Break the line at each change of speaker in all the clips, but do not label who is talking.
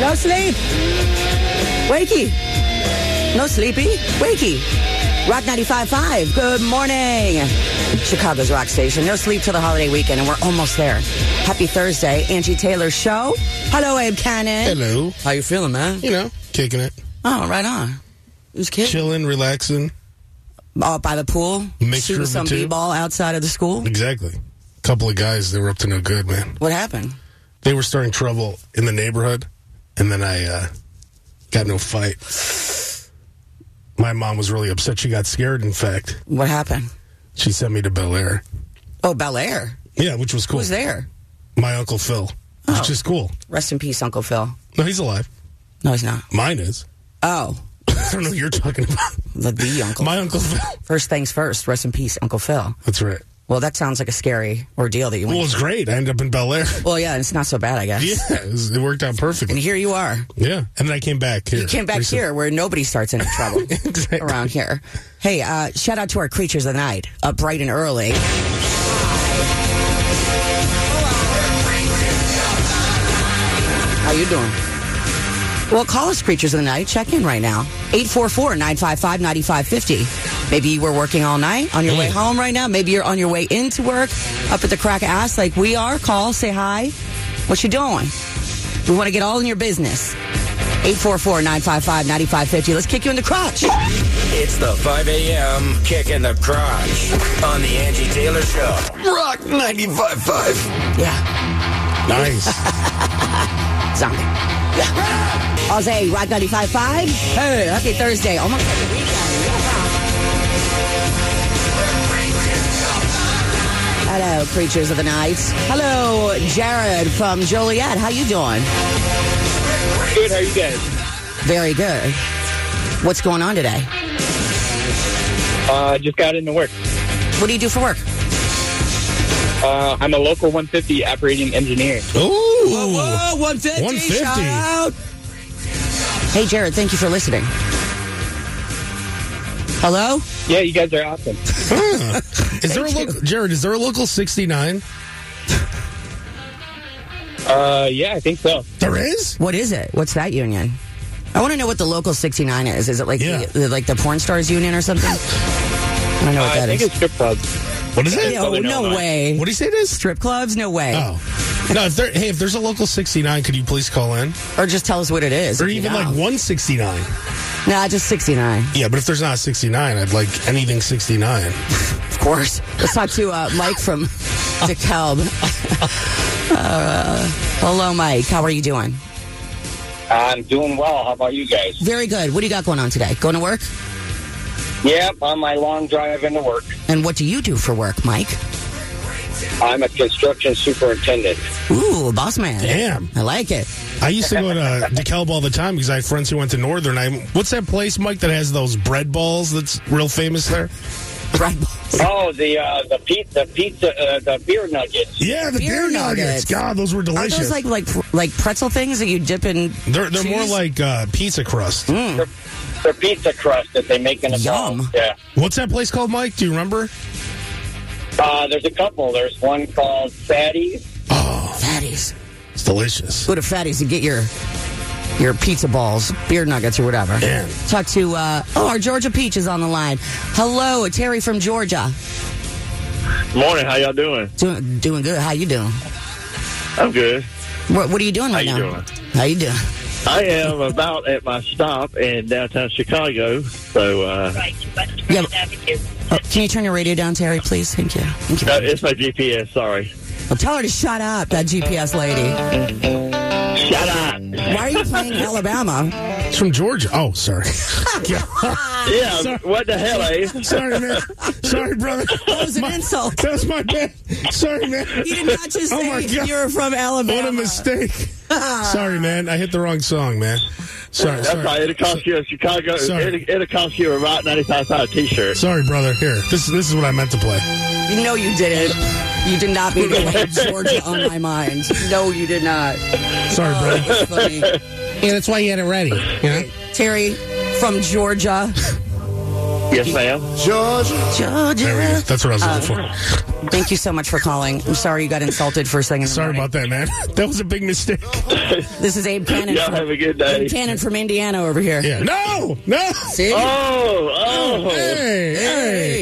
No sleep. Wakey. No sleepy. Wakey. Rock 95.5. Good morning. Chicago's Rock Station. No sleep till the holiday weekend, and we're almost there. Happy Thursday. Angie Taylor Show. Hello, Abe Cannon.
Hello.
How you feeling, man?
You know, kicking it,
Oh, right on. Who's kidding?
chilling, relaxing.
Out by the pool.
Mixture
shooting
of the
some
two.
b-ball outside of the school.
Exactly. Couple of guys that were up to no good, man.
What happened?
They were starting trouble in the neighborhood, and then I uh, got no fight. My mom was really upset. She got scared. In fact,
What happened?
she sent me to Bel Air.
Oh, Bel Air.
Yeah, which was cool.
Who's there? Oh.
My uncle Phil, which is cool.
Rest in peace, Uncle Phil.
No, he's alive.
No, he's not.
Mine is.
Oh,
I don't know what you're talking about.
the, the Uncle.
My uncle Phil.
first things first. Rest in peace, Uncle Phil.
That's right.
Well, that sounds like a scary ordeal that you
Well, it
went.
was great. I ended up in Bel Air.
Well, yeah, it's not so bad, I guess.
Yeah, it, was- it worked out
And
perfectly.
here you are.
Yeah, and then I came back here.
You came back
recently.
here where nobody starts any trouble
Exactly.
around here. Hey, uh, shout out to our creatures of the night, up bright and early. How you doing? Well, call us Creatures of the Night. Check in right now. 844-955-9550. Maybe you were working all night on your way home right now. Maybe you're on your way into work, up at the crack of ass like we are. Call, say hi. What you doing? We want to get all in your business. 844-955-9550. Let's kick you in the crotch.
It's the 5 a.m. kick in the crotch on the Angie Taylor Show.
Rock 95.5.
Yeah.
Nice.
Zombie. Yeah. Jose, Rock 95.5. Hey, happy Thursday. Oh Almost happy weekend. Yeah. Hello, creatures of the night. Hello, Jared from Joliet. How you doing?
Good. How you guys?
Very good. What's going on today?
Uh, just got into work.
What do you do for work?
Uh, I'm a local 150 operating engineer.
Ooh.
150.
150. shout out.
Hey, Jared, thank you for listening. Hello?
Yeah, you guys are awesome.
Huh. Is there a
Thank you.
local Jared? Is there a local sixty nine?
Uh, yeah, I think so.
There is.
What is it? What's that union? I want to know what the local 69 is. Is it like
Yeah.
the, like the porn stars union or something? I don't know
Uh,
what
I
that
think
is.
it's strip club.
What is it?
No,
Southern
no
Illinois.
way.
What do you say it is?
Strip clubs? No way.
Oh. No, if there, hey, if there's a local 69, could you please call in?
Or just tell us what it is.
Or
if you
even
know.
like 169.
Nah, just 69.
Yeah, but if there's not 69, I'd like anything 69.
Of course. Let's talk to uh, Mike from DeKalb. Uh, hello, Mike. How are you doing?
I'm doing well. How about you guys?
Very good. What do you got going on today? Going to work?
Yep, on my long drive into work.
And what do you do for work, Mike?
I'm a construction superintendent.
Ooh, boss man.
Damn.
I like it.
I used to go to DeKalb all the time because I had friends who went to Northern. I What's that place, Mike, that has those bread balls that's real famous there?
Right.
Oh, the uh, the pizza, the pizza, uh, the beer nuggets.
Yeah, the
Beer
beer, nuggets.
nuggets.
God, those were
Aren't those
delicious.
like like like pretzel things that you dip in?
they're they're more
cheese?
like uh, pizza crust.
They're, they're Mm. pizza crust that they make in a
Yum.
bowl. Yeah.
What's that place called, Mike? Do you remember?
Uh, there's a couple. There's one called Fatty.
Oh, fatties.
It's delicious.
Go to fatties and get your your pizza balls, beer nuggets, or whatever.
Man.
Talk to uh, oh, our Georgia Peach is on the line. Hello, Terry from Georgia.
Morning, how y'all doing?
Doing doing good. How you doing?
I'm good.
What, what are you doing right
How you
now?
doing?
How you doing?
I am about at my stop in downtown Chicago. So uh,
Yeah, but- oh, can you turn your radio down, Terry, please? Thank you. Thank
uh,
you.
no, it's my GPS. Sorry.
Well, tell her to shut up, that GPS lady.
Shut up.
Why are you playing Alabama?
It's from Georgia. Oh, sorry. Yeah.
Yeah,
Sorry.
what the hell, eh?
sorry, man. Sorry, brother. That
was an insult.
That was my bad. Sorry, man.
You did not just
Oh, my
say
God.
you're from Alabama.
What a mistake. sorry, man. I hit the wrong song, man. Sorry,
That's right.
sorry.
It'll cost you a Chicago.
Sorry.
It'll, it'll cost you a right 95 5 t shirt.
Sorry, brother. Here, this this is what I meant to play.
You know you didn't. You did not mean to land Georgia on my mind. No, you did not. Oh,
Sorry, brother.
That's funny.
Yeah, that's why you had it ready. You know?
Terry from Georgia.
Yes, ma'am.
There we go.
Georgia. Um,
That's what I was looking for.
Thank you so much for calling. I'm sorry you got insulted for a second.
Sorry about that, man. That was a big mistake.
This is Abe Cannon.
Y'all
from-
have a good day.
Abe Cannon from Indiana over here.
Yeah. No, no.
See?
Oh, oh.
Hey, hey,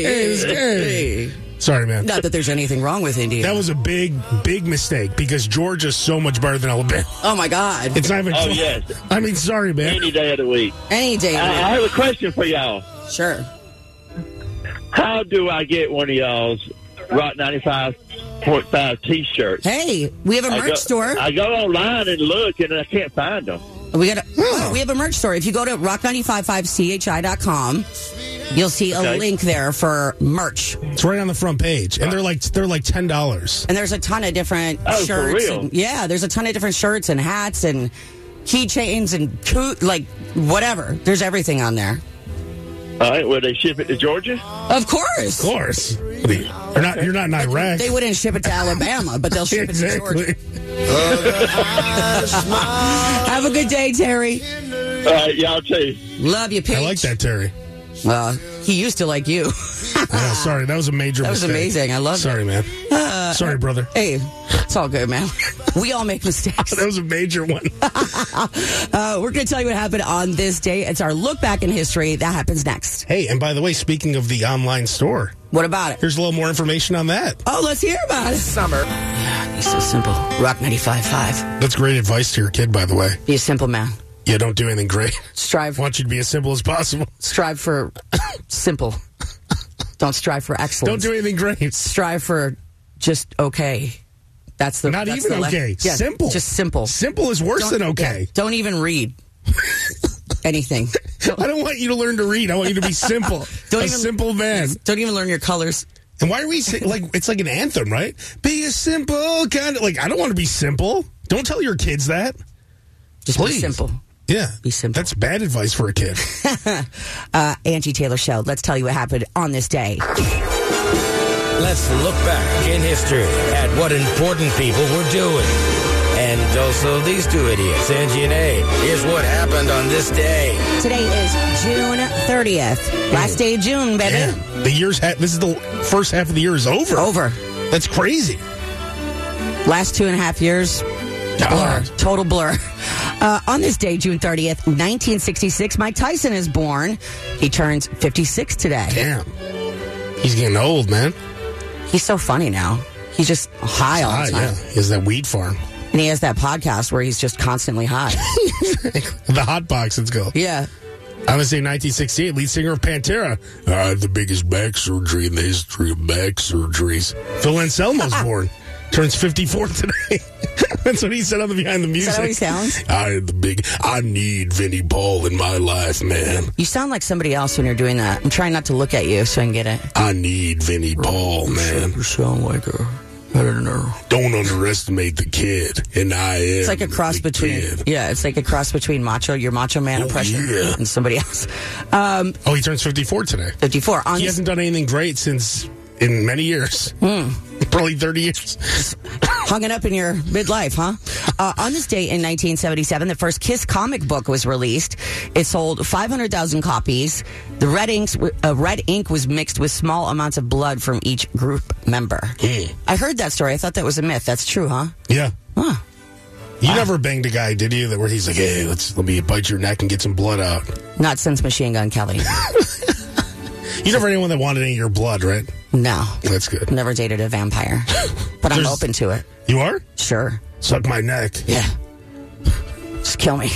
hey, this- hey. Sorry, man.
Not that there's anything wrong with Indiana.
That was a big, big mistake because Georgia's so much better than Alabama.
oh my God!
It's not even.
Oh,
close.
yes.
I mean, sorry, man.
Any day of the week.
Any day,
I,
now.
I have a question for y'all.
sure.
How do I get one of y'all's Rock 95.5 t shirts?
Hey, we have a merch
I go,
store.
I go online and look, and I can't find them.
we got. A, oh, we have a merch store. If you go to rock955chi.com, you'll see a
Okay.
link there for merch, and
It's right on the front page, and they're like they're like ten dollars.
there's a ton of different
Oh, for
shirts.
real?
And, yeah, there's a ton of different shirts and hats and keychains and coo- like whatever. There's everything on there.
All right, will they ship it to Georgia?
Of course.
Of course, What are you, are not you're not in Iraq.
They wouldn't ship it to Alabama, but they'll ship it to Georgia.
exactly.
Have a good day, Terry.
All right, y'all too.
Love you, Paige.
I like that, Terry.
Uh, he used to like you.
Yeah, sorry, that was a major.
That was
mistake.
amazing. I loved
Sorry, man. sorry, brother.
hey, it's all good, man. We all make mistakes.
That was a major one.
Uh, we're going to tell you what happened on this day. It's our look back in history. That happens next.
hey, and by the way, speaking of the online store,
What about it?
here's a little more information on that.
Oh, let's hear about it. Summer. He's so simple. Rock 95.5.
That's great advice to your kid, by the way.
Be a simple man.
Yeah, don't do anything great.
Strive,
Want you to be as simple as possible.
strive for simple. Don't strive for
Don't
excellence.
do anything great.
strive for just okay. That's the
Not
that's
even
the le-
okay.
Yeah,
simple.
Just simple.
Simple is worse than okay.
yeah, don't even read anything.
I don't want you to learn to read. I want you to be simple.
Don't
a
even-
simple man.
Don't even learn your colors.
And why are we sing- like it's like an anthem, right? Be a simple kind of like I don't want to be simple. Don't tell your kids that.
Just
Please.
be simple.
Yeah,
Be simple.
That's bad advice for a kid.
Uh, Angie Taylor Show. Let's tell you what happened on this day.
Let's look back in history at what important people were doing. And also these two idiots, Angie and A. Here's what happened on this day.
Today is June 30th. Last day of June, baby.
Yeah, the year's ha- this is the first half of the year is over.
Over.
That's crazy.
Last two and a half years, blur.
God.
Total blur. Uh, on this day, June 30th, 1966, Mike Tyson is born. He turns 56 today.
Damn, he's getting old, man.
He's so funny now. He's just high all
Ah,
the time.
yeah, he has that weed farm,
And he has that podcast where he's just constantly high.
the hot box. Let's go.
yeah.
I'm gonna say 1968, lead singer of Pantera. I had the biggest back surgery in the history of back surgeries. Phil Anselmo's born. Turns 54 today. That's what he said on the Behind the Music.
that how he sounds?
I had the big, I need Vinnie Paul in my life, man.
You sound like somebody else when you're doing that. I'm trying not to look at you so I can get it.
I need Vinnie Paul, man.
You sound like a, I don't know.
Don't underestimate the kid. And I am.
It's like a cross between. Yeah, it's like a cross between macho, your macho man
Oh,
impression,
yeah.
and somebody else. Um,
Oh, he turns 54 today.
54. On
He
this-
hasn't done anything great since in many years. Probably 30 years.
hmm. hung it up in your midlife, huh? Uh, on this day in 1977, the first Kiss comic book was released. It sold 500,000 copies. The red, inks, uh, red ink was mixed with small amounts of blood from each group member. I heard that story. I thought that was a myth. That's true, huh?
Yeah.
Huh.
You never banged a guy, did you? That where he's like, "Hey, let's let me bite your neck and get some blood out."
Not since Machine Gun Kelly.
You never anyone that wanted any of your blood, right?
No.
That's good.
Never dated a vampire. But I'm
There's-
open to it.
You are
Sure.
suck my neck.
Yeah. Just kill me.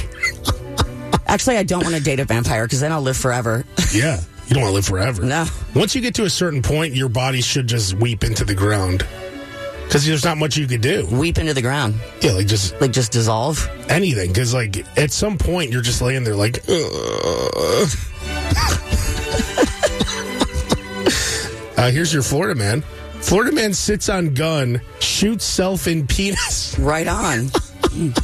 Actually, I don't want to date a vampire because then I'll live forever.
Yeah, you don't want to live forever.
No.
Once you get to a certain point, your body should just weep into the ground. because there's not much you could do.
Weep into the ground,
Yeah, like just
like just dissolve.
anything. Because like at some point you're just laying there like, "Ugh." uh, here's your Florida man. Florida man sits on gun, shoots self in penis.
Right on. Mm.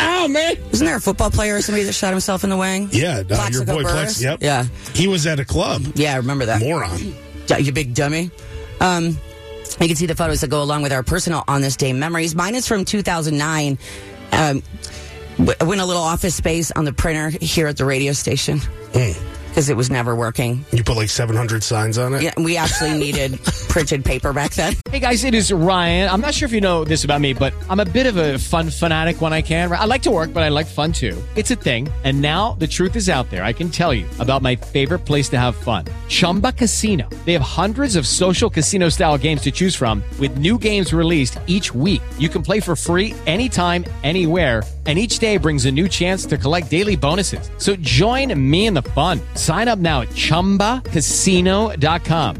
Ow, man!
Isn't there a football player or somebody that shot himself in the wing?
Yeah, uh, your
Plaxico
boy
Burress?
Plex. Yep.
Yeah.
he was at a club.
Yeah, I remember that.
Moron.
Yeah, you big dummy. Um, you can see the photos that go along with our personal on this day memories. Mine is from 2009. Um, w- I went a little office space on the printer here at the radio station because it was never working.
Hmm. You put like 700 signs on it.
Yeah, we actually needed printed paper back then.
Hey guys, it is Ryan. I'm not sure if you know this about me, but I'm a bit of a fun fanatic when I can. I like to work, but I like fun too. It's a thing. And now the truth is out there. I can tell you about my favorite place to have fun Chumba Casino. They have hundreds of social casino style games to choose from, with new games released each week. You can play for free anytime, anywhere. And each day brings a new chance to collect daily bonuses. So join me in the fun. Sign up now at chumbacasino.com.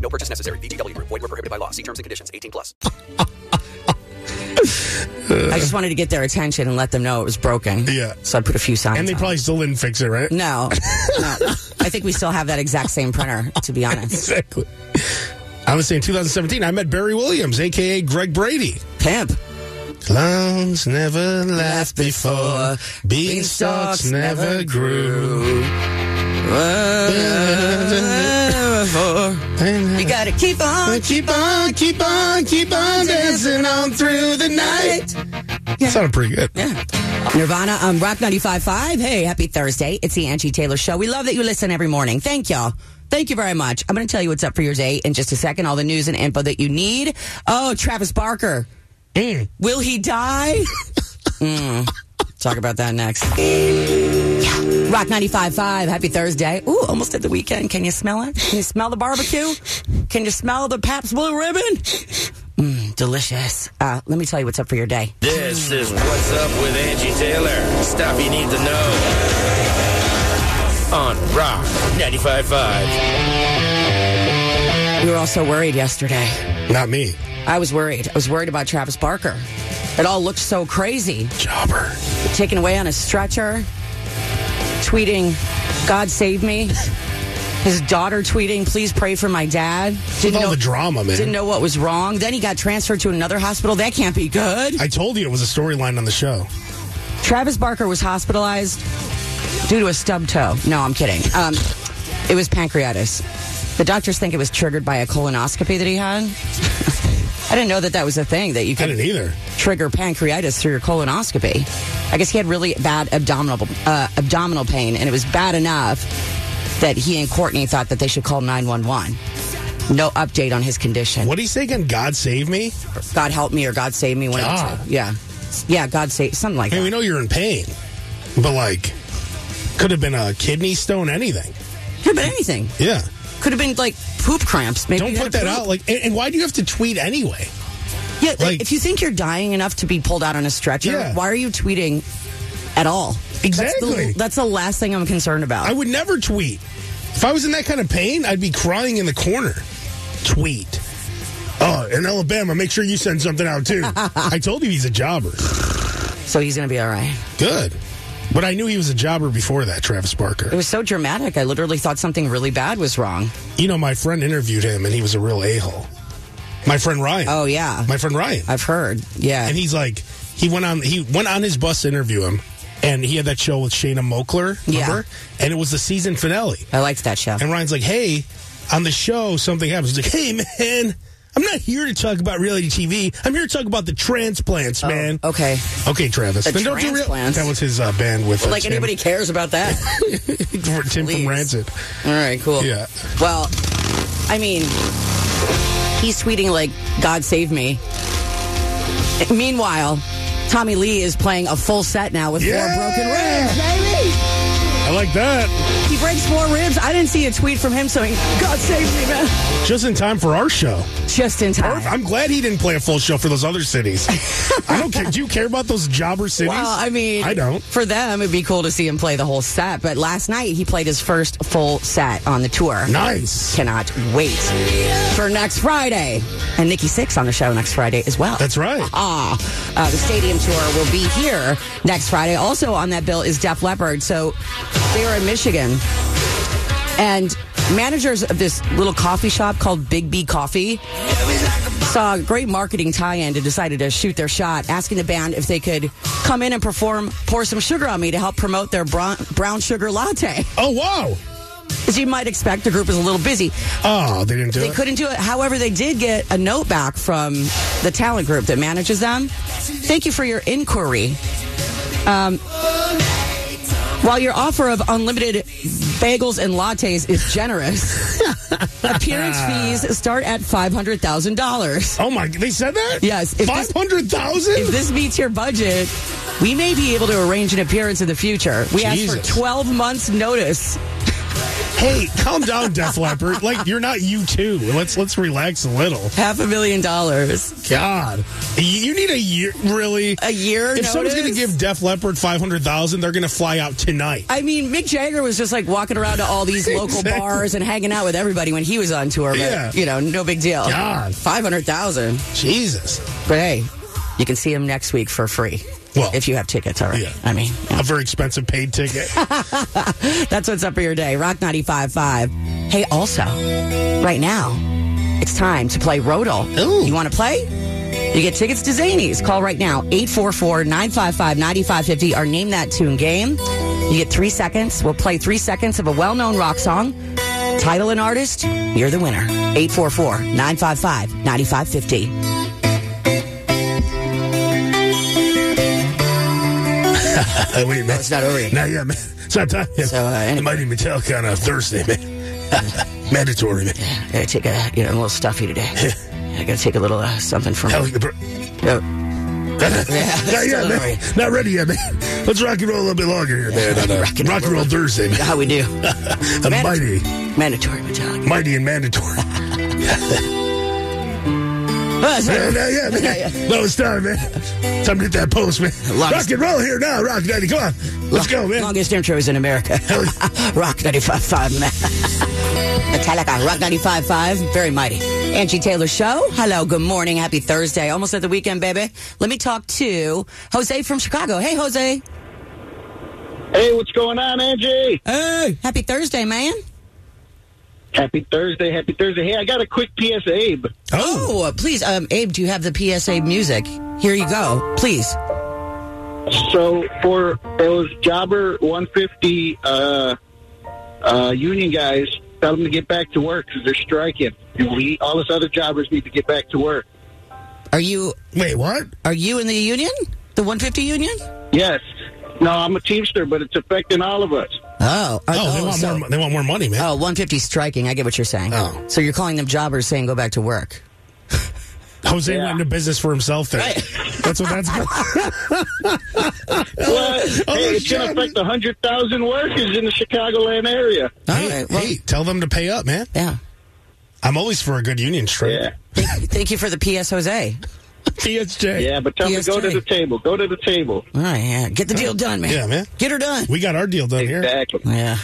I just wanted to get their attention and let them know it was broken.
Yeah.
So I put a few signs.
And they
on.
probably still didn't fix it, right?
no, no. I think we still have that exact same printer. To be honest,
Exactly. I was saying 2017, I met Barry Williams, a.k.a. Greg Brady.
pimp.
Clowns never
Laughed
laughed before,
before.
beanstalks
Beanstalks
never
never
grew.
You gotta keep on.
Keep on, keep on, keep on dancing on through the night. That sounded pretty good.
Nirvana on Rock 95.5. Hey, happy Thursday. It's the Angie Taylor Show. We love that you listen every morning. Thank y'all. Thank you very much. I'm going to tell you what's up for your day in just a second. All the news and info that you need. Oh, Travis Barker. Will he die? Mm. Talk about that next. Yeah. Rock 95.5. Happy Thursday. Ooh, almost at the weekend. Can you smell it? Can you smell the barbecue? Can you smell the Pabst Blue Ribbon? Mm, delicious. Uh, let me tell you what's up for your day.
This is What's Up with Angie Taylor. Stuff you need to know. On Rock 95.5.
We were all so worried yesterday.
Not me.
I was worried. I was worried about Travis Barker. It all looked so crazy.
Jobber.
Taken away on a stretcher, tweeting, God save me. His daughter tweeting, please pray for my dad.
With all the drama, man.
Didn't know what was wrong. Then he got transferred to another hospital. That can't be good.
I told you it was a storyline on the show.
Travis Barker was hospitalized due to a stub toe. No, I'm kidding. Um, it was pancreatitis. The doctors think it was triggered by a colonoscopy that he had. I didn't know that that was a thing that you
I
could
didn't either.
trigger pancreatitis through your colonoscopy. I guess he had really bad abdominal uh, abdominal pain, and it was bad enough that he and Courtney thought that they should call 911. No update on his condition.
What do you say again? God save me?
God help me or God save me. One of the
God.
two. Yeah. Yeah, God save, something like
I mean,
that.
we know you're in pain, but like, could have been a kidney stone, anything.
Could have been anything.
Yeah.
Could have been like poop cramps. Maybe
Don't
you had
put
a
that
poop-
out. Like, and, and why do you have to tweet anyway?
Yeah, like,
like-
if you think you're dying enough to be pulled out on a stretcher,
Yeah.
why are you tweeting at all? That's the-
Exactly.
That's the, last thing I'm concerned about.
I would never tweet. If I was in that kind of pain, I'd be crying in the corner. Tweet. Oh, in Alabama, make sure you send something out too. I told you he's a jobber.
so he's going to be all right.
Good. But I knew he was a jobber before that, Travis
It
Barker.
was so dramatic. I literally thought something really bad was wrong.
You know, my friend interviewed him and he was a real a hole. My friend Ryan.
Oh yeah,
My friend Ryan.
I've heard. Yeah,
and he's like he went on he went on his bus to interview him and he had that show with Shayna Mokler,
Yeah.
remember? And it was the season finale.
I liked that show.
And Ryan's like, hey, on the show, something happens. He's like, hey, man, I'm not here to talk about reality TV. I'm here to talk about the transplants, man.
Oh, Okay,
Okay, Travis.
The
Then don't do real-
transplants?
That was his uh, band with uh,
like
Tim,
anybody cares about that?
Tim from
Please.
Rancid.
all right, cool.
Yeah.
Well, I mean, he's tweeting like "God save me." Meanwhile, Tommy Lee is playing a full set now with
Yeah.
four broken ribs. Baby.
I like that.
He breaks more ribs. I didn't see a tweet from him saying, God save me, man.
Just in time for our show.
Just in time.
Perf, I'm glad he didn't play a full show for those other cities. I don't care. Do you care about those jobber cities?
Well, I mean,
I don't.
For them, it'd be cool to see him play the whole set. But last night, he played his first full set on the tour.
Nice.
Cannot wait for next Friday. And Nikki Six on the show next Friday as well.
That's right.
Ah, uh, the stadium tour will be here next Friday. Also on that bill is Def Leppard. So they were in Michigan, and managers of this little coffee shop called Big B Coffee saw a great marketing tie-in and decided to shoot their shot, asking the band if they could come in and perform "Pour Some Sugar on Me" to help promote their brown, brown sugar latte.
Oh, wow.
As you might expect, the group is a little busy.
Oh, they didn't do
They
it.
couldn't do it. However, they did get a note back from the talent group that manages them. Thank you for your inquiry. Um, while your offer of unlimited bagels and lattes is generous, appearance fees start at five hundred thousand dollars.
Oh, my. They said that?
Yes, if this-
500,000?
If this meets your budget, we may be able to arrange an appearance in the future. We ask
Jesus.
for twelve months' notice.
Hey, calm down, Def Leppard. Like, you're not you too. Let's let's relax a little.
Half a million dollars
God, you you need a year, really.
a year.
If someone's going to
notice?
give Def Leppard five hundred thousand, they're going to fly out tonight.
I mean, Mick Jagger was just like walking around to all these local
Exactly.
bars and hanging out with everybody when he was on tour. But,
Yeah.
you know, no big deal.
God.
500,000.
Jesus,
But hey, you can see him next week for free.
Well,
if you have tickets already.
yeah.
I mean,
a very expensive paid ticket.
that's what's up for your day. Rock 95.5. Hey, also, right now, it's time to play Rodel.
Ooh.
You want to play? You get tickets to Zanies. Call right now, 844-955-9550, or name that tune game. You get three seconds. We'll play three seconds of a well-known rock song. Title and artist, you're the winner. 844-955-9550.
Uh, wait, man,
it's not over yet.
Not yet, man. It's not time. Yet.
So, uh, anyway.
it might even tell kind of Thursday, man. Mandatory, man.
I gotta take a, you know, I'm a little stuffy today. I gotta take a little uh, something from...
Hell, you're-
Uh,
not
still
yet,
don't
man.
worry.
Not ready yet, man. Let's rock and roll a little bit longer here, man. on, uh, rock, and roll Thursday, man.
how we do.
I'm
Mandatory.
mighty,
Mandatory Metallica.
mighty and mandatory.
Uh, so-
Yeah, yeah, yeah,
Yeah,
man. No, it's time, man. Time to hit that post, man. Rock
Longest-
and roll here now, Rock Daddy. Come on. Let's go, man.
Longest intros in America. Rock 95.5. Metallica, Rock 95.5. Very mighty. Angie Taylor Show. Hello, good morning. Happy Thursday. Almost at the weekend, baby. Let me talk to Jose from Chicago. Hey, Jose.
Hey, what's going on, Angie?
Hey. Happy Thursday, man.
Happy Thursday, happy Thursday. Hey, I got a quick PSA. Abe.
Oh, please, um, Abe, do you have the PSA music? Here you go. Please.
So for those jobber 150 uh, uh, union guys, tell them to get back to work because they're striking. And we, all us other jobbers, need to get back to work.
Are you
Wait, what?
are you in the union? The 150 union?
Yes. No, I'm a Teamster, but it's affecting all of us.
Oh,
Oh, they want
so-
more. They want more money, man.
Oh, 150 striking. I get what you're saying.
Oh.
So you're calling them jobbers saying go back to work.
Jose
yeah.
went into business for himself. There.
Right.
That's what that's. called.
Well, hey, it's going
Oh, shit.
to affect 100,000 workers in the Chicagoland area.
All right.
hey,
Well,
hey, tell them to pay up, man.
yeah.
I'm always for a good union strike.
Yeah.
Thank you for the PS, Jose.
PSJ.
Yeah, but tell them to go to
ESJ.
the table. Go to the table.
All right. Yeah. Get the deal done, man.
Yeah, man.
Get her done.
We got our deal done here.
Exactly.
yeah.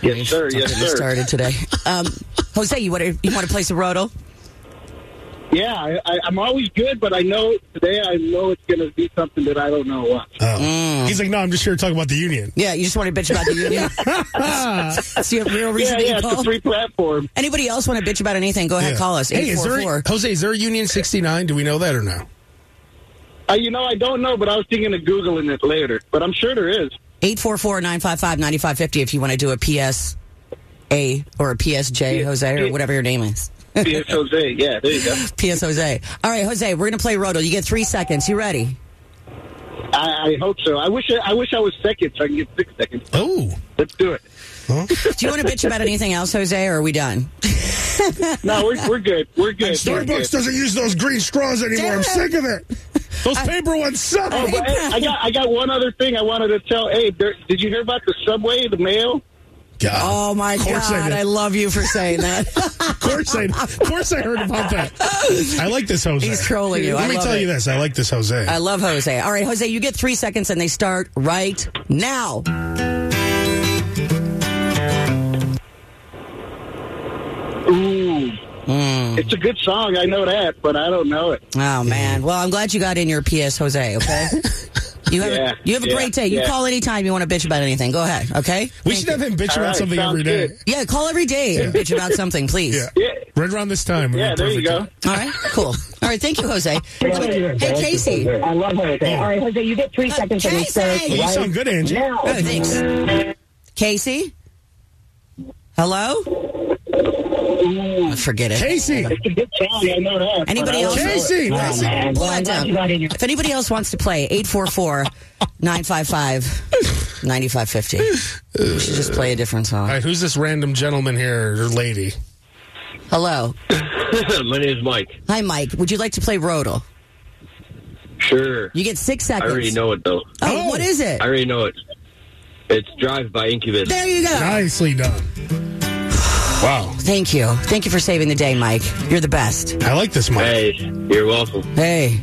Yes, sir. Yes,
Get it
sir.
started today. Um, Jose, you want to you want to play some roto?
Yeah, I, I, I'm always good, but I know today I know it's going to be something that I don't know what.
Oh. He's like, no, I'm just here to talk about the union.
Mm. Yeah. You just want to bitch about the union.
Ah.
so you have real reason
Yeah,
to
yeah, it's a
call.
free platform.
Anybody else want to bitch about anything? Go ahead,
Yeah.
call us.
Hey, is there
844.
Jose? Is there a Union 69? Do we know that or no?
Uh, you know, I don't know, but I was thinking of Googling it later. But I'm sure there is.
844-955-9550 if you want to do a PSA or a PSJ,
Yeah.
Jose, or
Yeah.
whatever your name is.
Yes, Jose. Yeah, there you go.
PS Jose. All right, Jose, we're gonna play Roto. You get three seconds. You ready?
I, I hope so. I wish I, I wish I was second so I can get six seconds.
Oh,
Let's do it.
Do you want to bitch about anything else, Jose, or are we done?
No, we're, we're good. We're good. We're good.
Starbucks doesn't use those green straws anymore. I'm sick of it. Those
Uh,
paper ones suck.
Oh, but, hey, I got I got one other thing I wanted to tell. Hey, there, did you hear about the subway, the mail?
God.
Oh my
Of course I
god!
did.
I, love you for saying that.
Of course I, of course I heard about that. I like this Jose.
He's trolling you.
Let
I
me
love
tell
it.
you this. I like this Jose.
I love Jose. All right, Jose, you get three seconds, and they start right now.
Ooh,
Hmm.
it's a good song. I know that, but I don't know it.
Oh man. Well, I'm glad you got in your PS, Jose. Okay. You have
Yeah,
a, you have a
yeah,
great day. You
yeah.
call anytime you want to bitch about anything. Go ahead. Okay.
we should have him bitch
All
about
right,
something
sounds
every day.
good.
Yeah, call every day and bitch about something, please.
Yeah.
Yeah,
Right around this time. would be
yeah. There you
perfect.
go.
All right. Cool. All right. Thank you, Jose. Hey, Casey.
I love her. All right, Jose, you get three
Uh,
seconds and
Casey!
insert
Well, you
right
sound good, Angie.
now.
Oh, thanks. Casey. Hello.
Mm.
Oh, forget it.
Casey.
It's a good song. I know that. but
Anybody
I
else?
don't know it.
Casey.
Oh,
Casey.
man.
Pull
Well, I'm
that
glad
down.
you got in your
If anybody else wants to play, 844 955 9550. We should just play a different song.
All right, who's this random gentleman here or lady?
Hello.
My name is Mike.
Hi, Mike. Would you like to play Rodel?
Sure.
You get six seconds.
know it, though.
Oh, what is it?
already know it. It's Drive by Incubus.
There you go.
Nicely done. Wow.
Thank you. Thank you for saving the day, Mike. You're the best.
I like this Mike.
Hey, you're welcome.
Hey,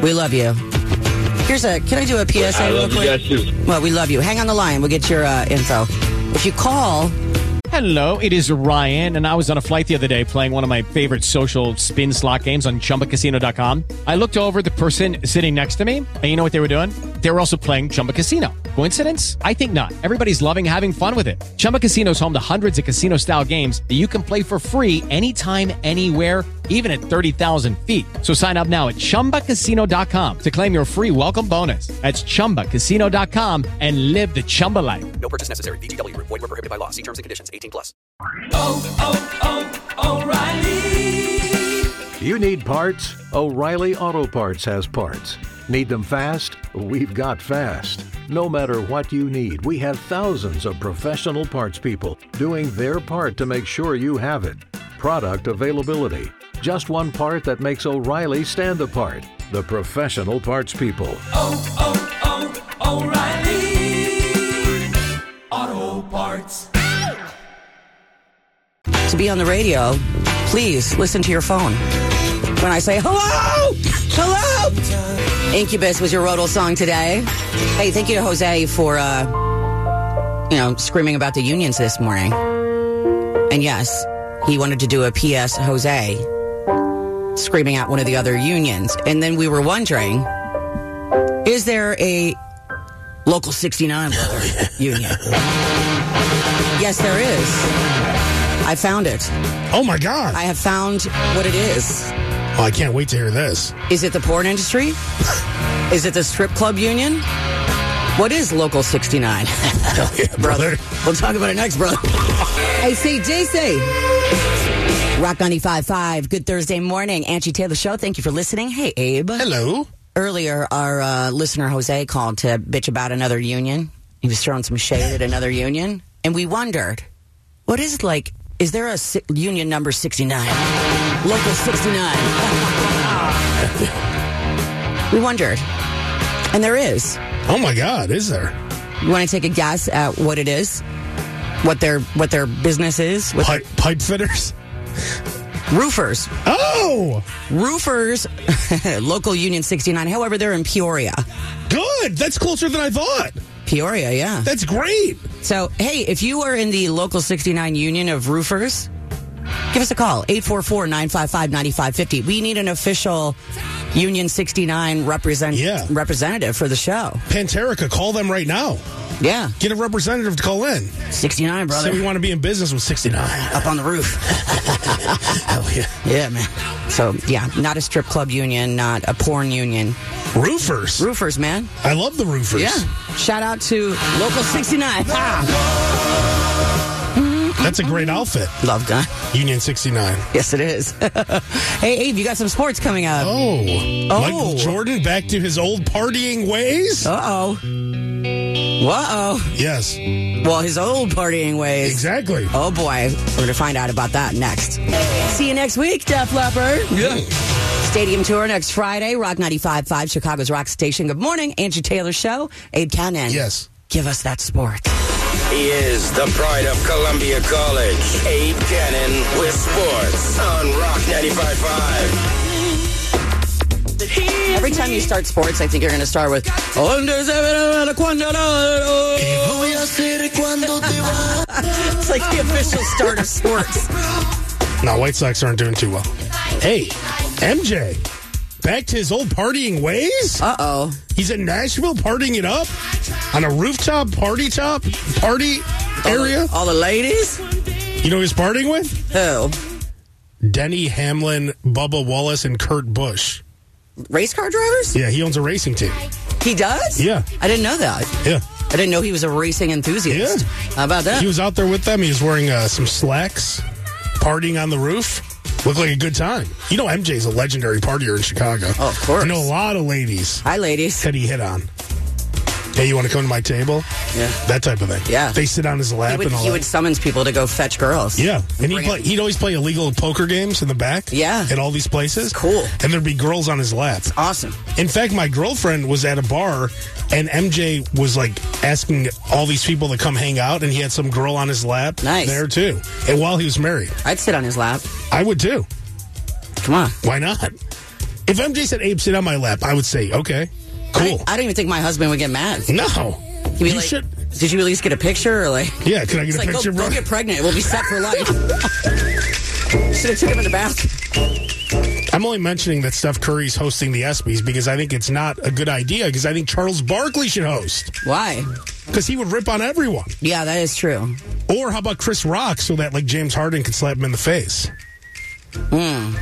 we love you. Here's a. Can I do a PSA real quick?
too.
Well, we love you. Hang on the line. We'll get your uh, info. If you call,
Hello, it is Ryan, and I was on a flight the other day playing one of my favorite social spin slot games on chumbacasino.com. I looked over at the person sitting next to me, and you know what they were doing? They were also playing Chumba Casino. Coincidence? I think not. Everybody's loving having fun with it. Chumba Casino is home to hundreds of casino style games that you can play for free anytime, anywhere even at 30,000 feet. So sign up now at ChumbaCasino.com to claim your free welcome bonus. That's ChumbaCasino.com and live the Chumba life.
No purchase necessary. VGW Group. Void were prohibited by law. See terms and conditions. 18 plus.
You need parts? O'Reilly Auto Parts has parts. Need them fast? We've got fast. No matter what you need, we have thousands of professional parts people doing their part to make sure you have it. Product availability. Just one part that makes O'Reilly stand apart. The professional parts people.
to be on the radio, please listen to your phone. When I say hello, hello, Incubus was your Rodel song today. Hey, thank you to Jose for, uh, you know, screaming about the unions this morning. And yes, he wanted to do a PS Jose screaming out one of the other unions. And then we were wondering, is there a local 69 brother union? Yes, there is. I found it.
Oh my God.
I have found what it is.
oh, I can't wait to hear this.
Is it the porn industry? is it the strip club union? What is Local 69?
Hell yeah, brother.
we'll talk about it next, brother. ACDC. Rock 95.5. Good Thursday morning. Angie Taylor Show. Thank you for listening. Hey, Abe.
Hello.
Earlier, our uh, listener Jose called to bitch about another union. He was throwing some shade at another union. And we wondered, what is like, is there a si- union number 69? Local 69. we wondered. And there is.
Oh my God, is there?
You want to take a guess at what it is? What their what their business is? What
Pipe, pipe fitters?
roofers.
Oh,
Roofers, local union 69. However, they're in Peoria.
good. That's closer than I thought.
Peoria, yeah.
That's great.
So, hey, if you are in the local 69 union of roofers, give us a call 844 955 9550. We need an official Union 69 represent-
Yeah.
representative for the show.
Panterica, call them right now.
Yeah,
Get a representative to call in.
69,
Say we
brother.
want to be in business with 69.
Up on the roof.
Hell Oh, yeah.
Yeah, man. So, yeah, not a strip club union, not a porn union.
Roofers.
Roofers, man.
I love the roofers.
Yeah. Shout out to Local 69. Ah,
That's a great outfit.
love gun.
Union 69.
Yes, it is. hey, Abe, you got some sports coming up.
Oh. Michael Jordan back to his old partying ways?
Uh oh. Whoa. oh.
Yes.
Well, his old partying ways.
Exactly.
Oh boy, we're gonna find out about that next. See you next week, Def Leppard.
Yeah.
Stadium tour next Friday, Rock 95.5, Chicago's Rock Station. Good morning, Angie Taylor Show, Abe Cannon. Yes. Give us that sport.
He is the pride of Columbia College, Abe Cannon with sports on Rock 95.5.
Every time you start sports, I think you're going to start with, it's like the official start of sports.
No, White Sox aren't doing too well. Hey, MJ, back to his old partying ways?
Uh oh.
He's in Nashville partying it up on a rooftop party top party area.
all the ladies?
You know who he's partying with?
Who?
Denny Hamlin, Bubba Wallace, and Kurt Busch.
Race car drivers?
Yeah, he owns a racing team.
He does?
Yeah.
I didn't know that.
Yeah.
I didn't know he was a racing enthusiast. How about that?
He was out there with them. He was wearing uh, some slacks, partying on the roof. Looked like a good time. You know, MJ's a legendary partier in Chicago. Oh, of course. I know a lot of ladies.
Hi, ladies.
That he hit on. Hey, you want to come to my table?
Yeah.
That type of thing.
Yeah.
They sit on his lap
He would,
and all
he
that.
would summons people to go fetch girls.
Yeah, and he'd,
Bring
play,
it.
he'd always play illegal poker games in the back.
Yeah,
at all these places.
cool.
And there'd be girls on his lap.
awesome.
In fact, my girlfriend was at a bar, and MJ was like asking all these people to come hang out, and he had some girl on his lap.
Nice.
there too. And while he was married,
I'd sit on his lap.
I would too.
Come on,
why not? If MJ said, "Abe, sit on my lap," I would say, "Okay, cool."
I don't even think my husband would get mad.
No.
He'd be like, Did you at least get a picture or like?
Yeah, can I get
It's
a
like, go-
picture,
go,
bro?
get pregnant. We'll be set for life. Should have took him in the bathroom.
I'm only mentioning that Steph Curry's hosting the ESPYS because I think it's not a good idea because I think Charles Barkley should host.
Why?
Because he would rip on everyone.
Yeah, that is true.
Or how about Chris Rock so that like James Harden can slap him in the face?
Hmm.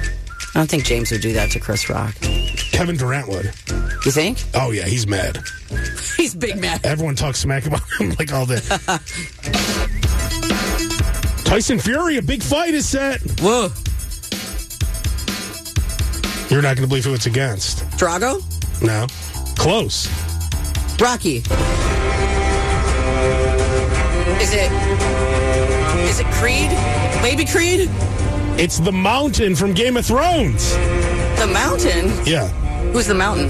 I don't think James would do that to Chris Rock.
Kevin Durant would.
You think?
Oh yeah, he's mad.
He's big mad.
Everyone talks smack about him like all day. Tyson Fury, a big fight is set.
Whoa.
You're not going to believe who it's against.
Drago?
No. Close.
Rocky. Is it? Is it Creed? Baby Creed?
It's the Mountain from Game of Thrones.
The Mountain?
Yeah.
Who's the Mountain?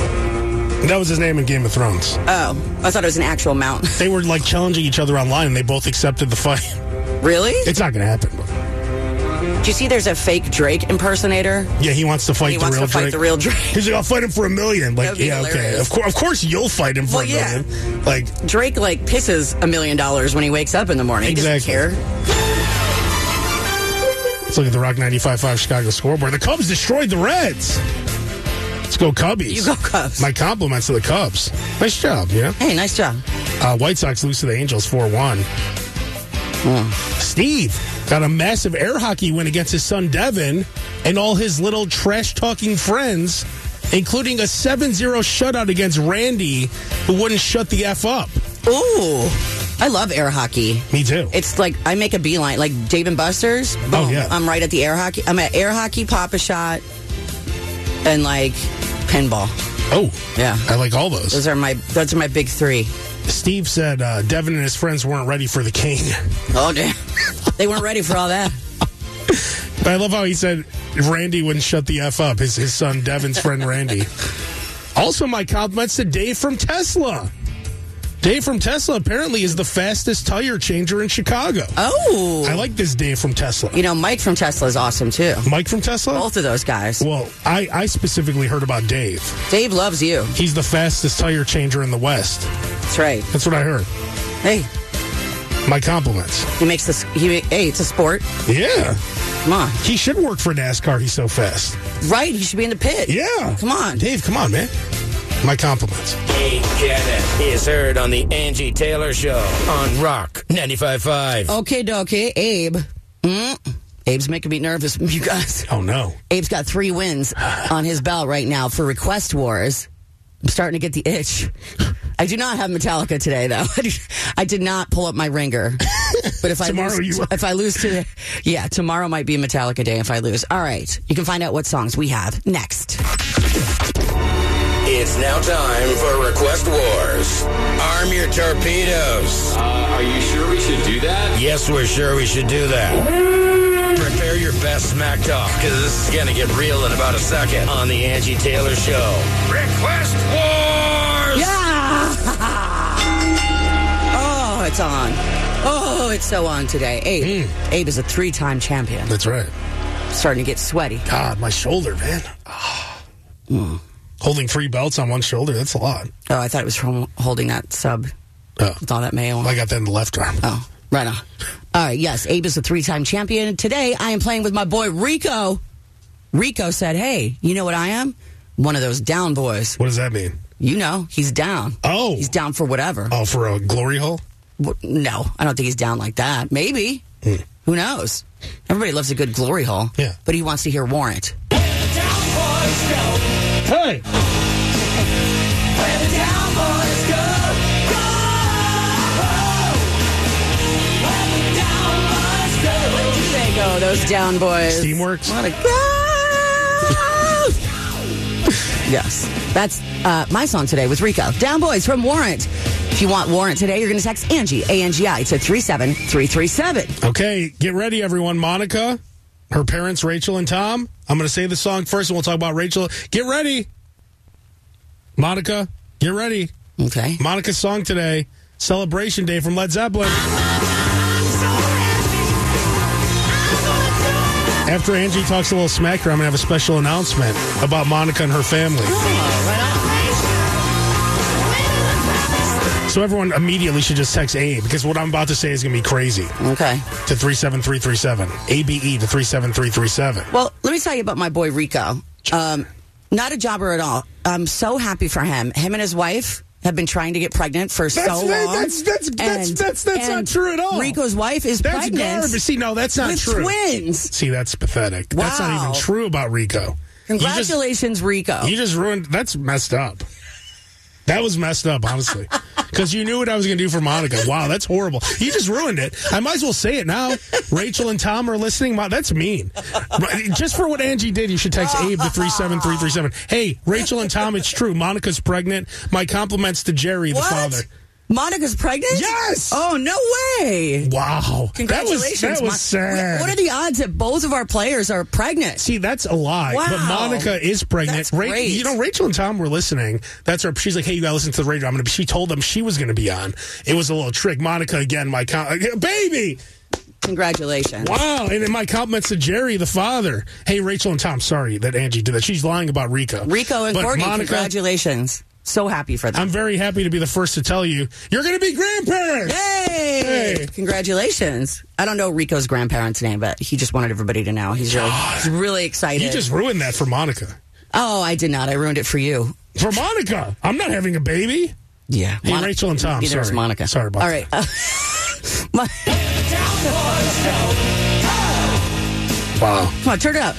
That was his name in Game of Thrones.
Oh, I thought it was an actual mountain.
They were like challenging each other online and they both accepted the fight.
Really?
It's not going to happen.
Do you see there's a fake Drake impersonator?
Yeah, he wants to fight
He
the
wants
real
to fight
Drake.
the real Drake.
He's like, I'll fight him for a million. Like,
That'd be
yeah, okay.
hilarious.
Of course, of course, you'll fight him for
Well,
a
yeah.
million. Like,
Drake like pisses a million dollars when he wakes up in the morning.
Exactly.
He doesn't care.
let's look at the Rock 95.5 Chicago scoreboard. The Cubs destroyed the Reds. Let's go Cubbies.
You go Cubs.
My compliments to the Cubs. Nice job, yeah.
Hey, nice job.
Uh, White Sox lose to the Angels 4 1.
Hmm.
Steve got a massive air hockey win against his son Devin and all his little trash talking friends, including a 7 0 shutout against Randy, who wouldn't shut the F up.
Ooh, I love air hockey.
Me too.
It's like I make a beeline, like Dave and Buster's. Boom,
Oh, yeah.
I'm right at the air hockey. I'm at air hockey, Papa Shot, and like pinball.
Oh,
Yeah,
I like all those.
those are my those are my big three.
Steve said uh, Devin and his friends weren't ready for the king.
Oh damn, they weren't ready for all that.
But I love how he said Randy wouldn't shut the F up, his, his son Devin's friend Randy. Also, my compliments to Dave from Tesla. Dave from Tesla apparently is the fastest tire changer in Chicago.
Oh,
I like this Dave from Tesla.
you know Mike from Tesla is awesome too.
Mike from Tesla?
Both of those guys.
Well, I, I specifically heard about Dave.
Dave loves you.
He's the fastest tire changer in the West.
That's right.
That's what I heard.
Hey,
My compliments.
he makes this. He hey, it's a sport.
Yeah.
Come on,
He should work for NASCAR. He's so fast.
right? He should be in the pit.
Yeah.
Come on.
Dave, come on, man. My compliments.
Abe Cannon is heard on the Angie Taylor Show on Rock 95.5.
Okay, dokie, Abe. Mm. Abe's making me nervous, you guys.
Oh, no.
Abe's got three wins on his belt right now for Request Wars. I'm starting to get the itch. I do not have Metallica today, though. I did not pull up my ringer. But if I
Tomorrow
lose,
you will.
if I lose today, yeah, tomorrow might be Metallica day. If I lose, all right, you can find out what songs we have next.
It's now time for Request Wars. Arm your torpedoes.
Uh, are you sure we should do that?
Yes, we're sure we should do that. Prepare your best smack talk because this is going to get real in about a second on the Angie Taylor Show. Request Wars!
Oh, it's on. Oh, it's so on today. Abe. Abe is a three time champion.
Hmm. That's right.
Starting to get sweaty.
God, my shoulder, man. Holding three belts on one shoulder, that's a lot.
Oh, I thought it was from holding that sub
Oh.
with all that mayo.
I got that in the left arm.
Oh, right on. All right, yes, Abe is a three time champion. Today, I am playing with my boy Rico. Rico said, Hey, you know what I am? One of those down boys.
What does that mean?
You know, he's down.
Oh.
He's down for whatever.
Oh, for a glory hole?
Wh- No, I don't think he's down like that. Maybe. Who knows? Everybody loves a good glory hole.
Hmm. Yeah.
But he wants to hear Warrant.
Hey!
There you go, those down boys.
Steamworks?
What a yes, that's uh, my song today with Rico. Down boys from Warrant. If you want Warrant today, you're going to text Angie A N G I to three seven three three seven.
Okay, get ready, everyone. Monica, her parents, Rachel and Tom. I'm going to say the song first, and we'll talk about Rachel. Get ready, Monica. Get ready.
Okay.
Monica's song today, "Celebration Day" from Led Zeppelin. After Angie talks a little smack here, I'm going to have a special announcement about Monica and her family. So everyone immediately should just text Abe because what I'm about to say is going to be crazy.
Okay.
to 37337. ABE E to 37337.
Well, let me tell you about my boy Rico. Um, not a jobber at all. I'm so happy for him. Him and his wife have been trying to get pregnant for so
That's-
long.
that- that's- that's- that's- that's- that's not
and
true at all.
Rico's wife is
That's
pregnant.
garbage. See, no, that's not
with
true.
Twins.
See, that's pathetic. That's not
Wow.
even true about Rico. You just-
Congratulations, Rico.
You just, ruined. That's messed up. That was messed up, honestly. Because you knew what I was going to do for Monica. Wow, that's horrible. You just ruined it. I might as well say it now. Rachel and Tom are listening. Wow, that's mean. Right, Just for what Angie did, you should text Abe to 37337. Hey, Rachel and Tom, it's true. Monica's pregnant. My compliments to Jerry, the
what?
father.
Monica's pregnant?
Yes!
Oh no way!
Wow.
Congratulations.
That was, that
Mon-
was sad.
What are the odds that both of our players are pregnant?
See, that's a lie. But
Wow.
Monica is pregnant.
That's great.
You know, Rachel and Tom were listening. That's her. She's like, "Hey, you gotta listen to the radio." I'm gonna. She told them she was gonna be on. It was a little trick. Monica again, my com- uh, baby.
Congratulations.
Wow. And then my compliments to Jerry, the father. Hey, Rachel and Tom. Sorry that Angie did that. She's lying about Rico.
Rico and
but
Courtney,
Monica,
congratulations. So happy for them.
I'm very happy to be the first to tell you you're gonna be grandparents.
Hey!
Hey.
Congratulations. I don't know Rico's grandparents' name, but he just wanted everybody to know. He's really, he's really excited.
You just ruined that for Monica.
oh, I did not. I ruined it for you.
For Monica, I'm not having a baby.
Yeah.
Hey, Rachel and Tom,
Neither is
sorry.
Monica.
Sorry about
All right. Mon-
Wow.
Come on, turn it up.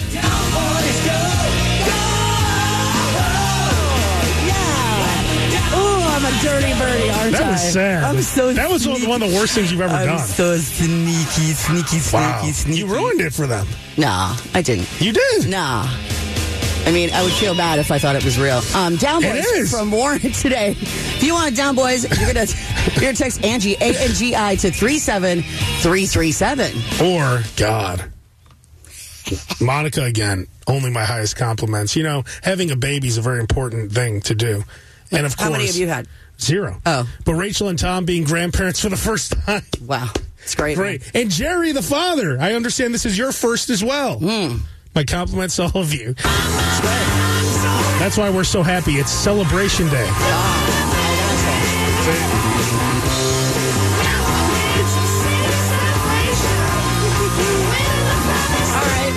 Yeah. Ooh, I'm a dirty birdie, aren't
That
I?
was sad.
I'm so
That was one
sneaky.
one of the worst things you've ever
I'm
done.
so sneaky, sneaky, sneaky,
Wow.
sneaky.
You ruined it for them.
Nah, I didn't.
You did.
Nah. I mean, I would feel bad if I thought it was real. Um, Down
It
Boys
is.
from Warren today. If you want Down Boys, you're gonna you're gonna text Angie A N G I to three seven three three seven.
Or God. Monica again. Only my highest compliments. You know, having a baby is a very important thing to do. And of course,
How many have you had?
Zero.
Oh.
But Rachel and Tom being grandparents for the first time.
Wow, it's great. man.
Great. And Jerry, the father. I understand this is your first as well.
Hmm.
My compliments to all of you. That's why we're so happy. It's celebration day.
All right,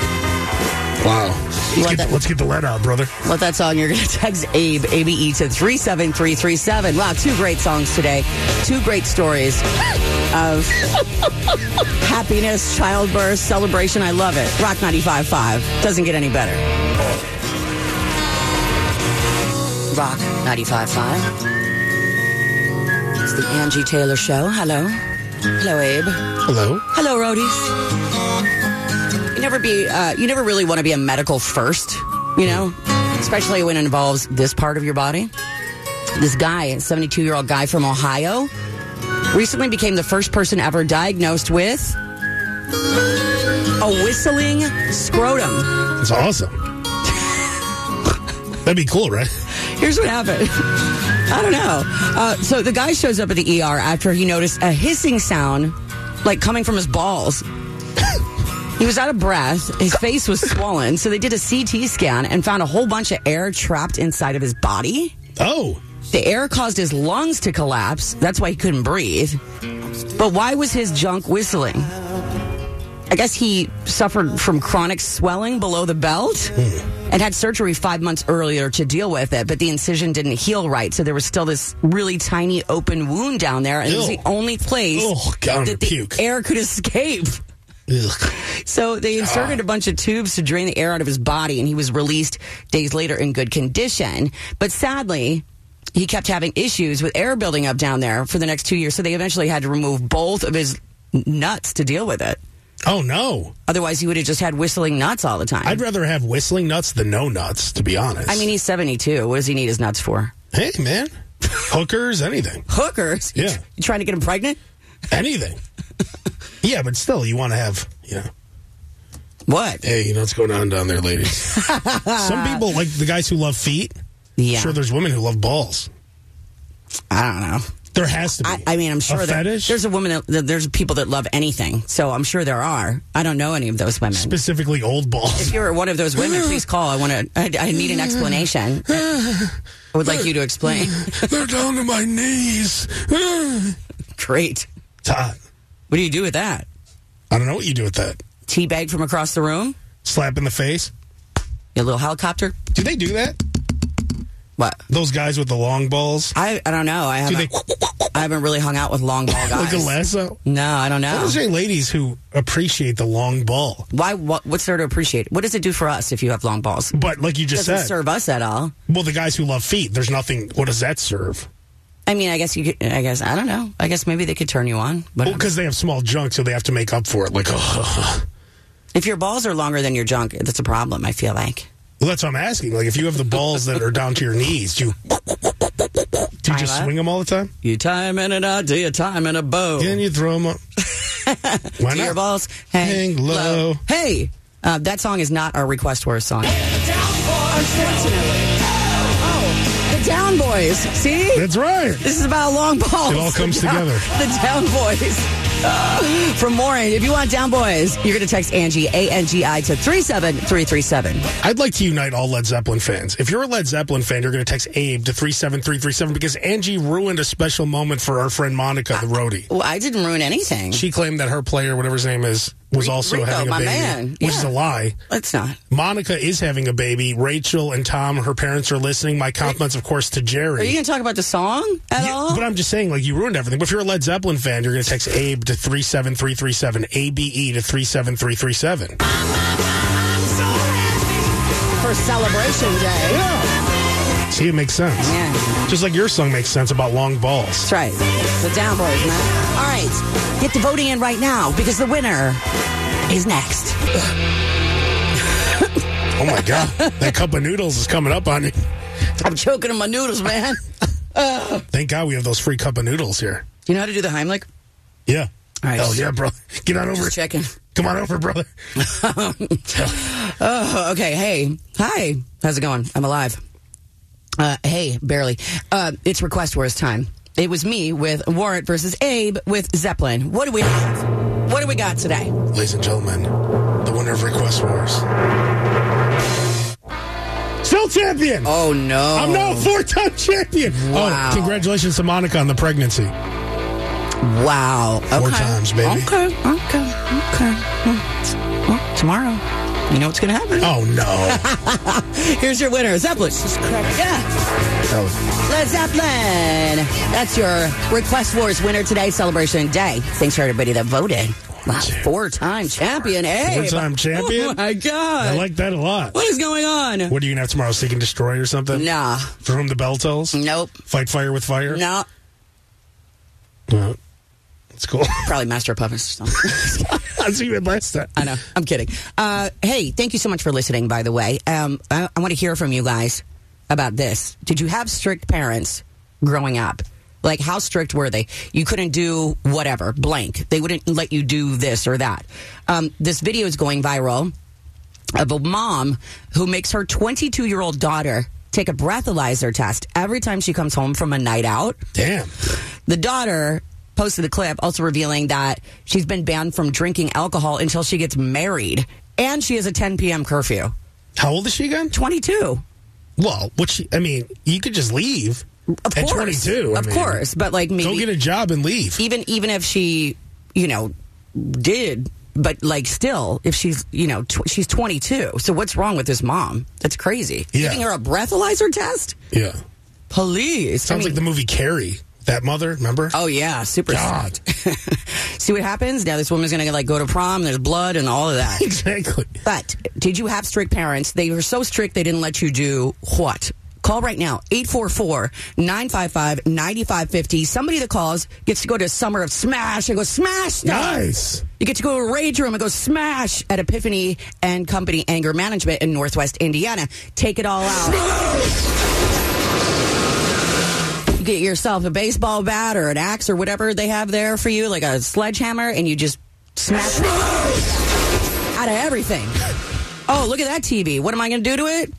Wow. Let's
want
get,
that-
let's get the lead out, brother.
let that song. You're gonna text Abe A B E to three seven three three seven. Wow, two great songs today. Two great stories of happiness, childbirth, celebration. I love it. Rock 95.5 doesn't get any better. Rock 95.5. It's the Angie Taylor Show. Hello. Hello, Abe.
Hello.
Hello, roadies. You never be. Uh, you never really want to be a medical first, you know, especially when it involves this part of your body. This guy, a 72 year old guy from Ohio, recently became the first person ever diagnosed with A whistling scrotum.
That's awesome. That'd be cool, right?
Here's what happened. I don't know. Uh, so the guy shows up at the ER after he noticed a hissing sound, like coming from his balls. He was out of breath. His face was swollen. So they did a CT scan and found a whole bunch of air trapped inside of his body.
Oh.
The air caused his lungs to collapse. That's why he couldn't breathe. But why was his junk whistling? I guess he suffered from chronic swelling below the belt and had surgery five months earlier to deal with it, but the incision didn't heal right. So there was still this really tiny open wound down there, and it was
Ew.
the only place
Oh, God, I'm
that the
gonna puke.
air could escape. So
Ah.
they inserted a bunch of tubes to drain the air out of his body, and he was released days later in good condition. But sadly, he kept having issues with air building up down there for the next two years. So they eventually had to remove both of his nuts to deal with it.
Oh no!
Otherwise, he would have just had whistling nuts all the time.
I'd rather have whistling nuts than no nuts, to be honest.
I mean, he's seventy-two. What does he need his nuts for?
hey, man, hookers, anything,
Hookers?
Yeah.
You trying to get him pregnant?
anything. yeah, but still, you want to have, you know.
What?
Hey, you know what's going on down there, ladies? Some people, like the guys who love feet,
Yeah.
sure, there's women who love balls.
I don't know.
There has to be.
I, I mean, I'm sure
a
that
fetish,
there's a woman that, that there's people that love anything. So I'm sure there are. I don't know any of those women.
specifically old balls.
if you're one of those women, please call. I want to. I, I need an explanation. I would like you to explain.
They're down to my knees.
Great.
Todd,
What do you do with that?
I don't know what you do with that.
Teabag from across the room?
Slap in the face.
Your little helicopter?
Do they do that?
What?
Those guys with the long balls.
I, I don't know. I
Do
haven't.
they
I haven't really hung out with long ball guys.
like a lasso?
No, I don't
I
know.
would say ladies who appreciate the long ball,
Why? What, what's there to appreciate? What does it do for us if you have long balls? It
but like you just
doesn't
said,
serve us at all.
well, the guys who love feet, there's nothing. What does that serve?
I mean, I guess you. Could, I guess I don't know. I guess maybe they could turn you on. But
Well, because they have small junk, so they have to make up for it. Like, oh,
if your balls are longer than your junk, that's a problem. I feel like.
well, that's what I'm asking. Like, if you have the balls that are down to your knees, do you do you just
Tyler?
swing them all the time?
You time in and out, do you time in a bow?
Then you throw them up. Why
Do your
not?
balls hang,
Hang low.
Hey, uh, that song is not our request for a song. Unfortunately. Oh, the Down Boys. See,
That's right.
this is about long balls.
It all comes
The Down-
together.
The Down Boys. From Warren, if you want Down Boys, you're going to text Angie A N G I to three seven three three seven.
I'd like to unite all Led Zeppelin fans. If you're a Led Zeppelin fan, you're going to text Abe to 37337 because Angie ruined a special moment for our friend Monica, the roadie.
Well, I didn't ruin anything.
She claimed that her player, whatever his name is, was
Re-
also
Rico,
having a
my
baby,
man.
which
Yeah.
is a lie.
Let's not.
Monica is having a baby. Rachel and Tom, her parents are listening. My compliments, of course, to
Are you
Jerry.
going to talk about the song at
Yeah,
all?
but I'm just saying, like, you ruined everything. But if you're a Led Zeppelin fan, you're going to text Abe to 37337, ABE E to 37337.
for Celebration Day.
See, it makes sense.
Yeah.
Just like your song makes sense about long balls.
That's right. The down boys, man. All right. Get the voting in right now because the winner is next.
Oh my god, that cup of noodles is coming up on you.
I'm choking on my noodles, man. do
Thank God we have those free cup of noodles here.
you know how to do the Heimlich?
Yeah.
All right.
Hell yeah, bro. Get on over.
Just checking.
Come on over, brother.
Oh, okay. Hey. Hi. How's it going? I'm alive. Uh, hey, barely. Uh, it's request wars time. It was me with Warrant versus Abe with Zeppelin. What do we have? What do we got today?
Ladies and gentlemen, the winner of Request Wars. Still champion.
Oh no!
I'm now a four-time champion.
Wow.
Oh, congratulations to Monica on the pregnancy.
Wow.
Four times, baby.
Okay. Okay. Okay. Mm. Well, tomorrow, you know what's going to happen.
Oh no.
Here's your winner, Zeppelin. Yeah,
Oh,
Led Zeppelin. That's your Request Wars winner today, Celebration Day. Thanks for everybody that voted. Wow, four-time champion, eh? Abe.
Four-time champion?
Oh my
I
God!
like that a lot.
what is going on?
What are you gonna have tomorrow? Seek and destroy or something?
Nah.
For whom the bell tolls?
Nope.
Fight fire with fire?
No.
No. That's cool.
Probably Master of Puppets or something.
That's even less time.
I know. I'm kidding. Uh, hey, thank you so much for listening, by the way. Um, I, I want to hear from you guys about this. Did you have strict parents growing up? Like, how strict were they? You couldn't do whatever, blank. They wouldn't let you do this or that. Um, this video is going viral of a mom who makes her 22 year old daughter take a breathalyzer test every time she comes home from a night out.
Damn.
The daughter posted the clip, also revealing that she's been banned from drinking alcohol until she gets married, and she has a 10 p.m. curfew.
How old is she again?
22.
Well, what she, I mean, you could just leave
Of
at
course.
22. I
of
mean,
course, but like maybe
Go get a job and leave.
even even if she, you know, did, but like still, if she's you know tw- she's 22, so what's wrong with this mom? That's crazy.
Yeah.
Giving her a breathalyzer test.
Yeah.
Police.
Sounds like the movie Carrie. That mother, remember?
Oh yeah, super.
God.
See what happens? Now this woman's gonna like go to prom. There's blood and all of that.
exactly.
But did you have strict parents? They were so strict they didn't let you do what? Call right now, 844-955-9550. Somebody that calls gets to go to Summer of Smash and go smash stuff.
Nice.
You get to go to a rage room and go smash at Epiphany and Company Anger Management in Northwest Indiana. Take it all out. You get yourself a baseball bat or an axe or whatever they have there for you, like a sledgehammer, and you just smash out of everything. Oh, look at that TV. What am I going to do to it?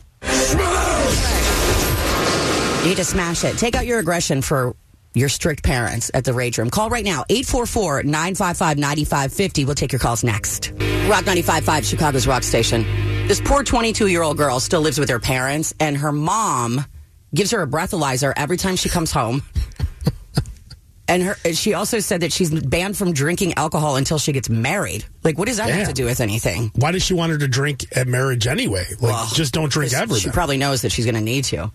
You need to smash it. Take out your aggression for your strict parents at the Rage Room. Call right now, 844-955-9550. We'll take your calls next. Rock 95.5, Chicago's rock station. This poor 22-year-old girl still lives with her parents, and her mom gives her a breathalyzer every time she comes home. And her, she also said that she's banned from drinking alcohol until she gets married. Like, what does that have
Damn.
to do with anything?
Why does she want her to drink at marriage anyway? Like, just don't drink ever.
She
then.
probably knows that she's going to need to.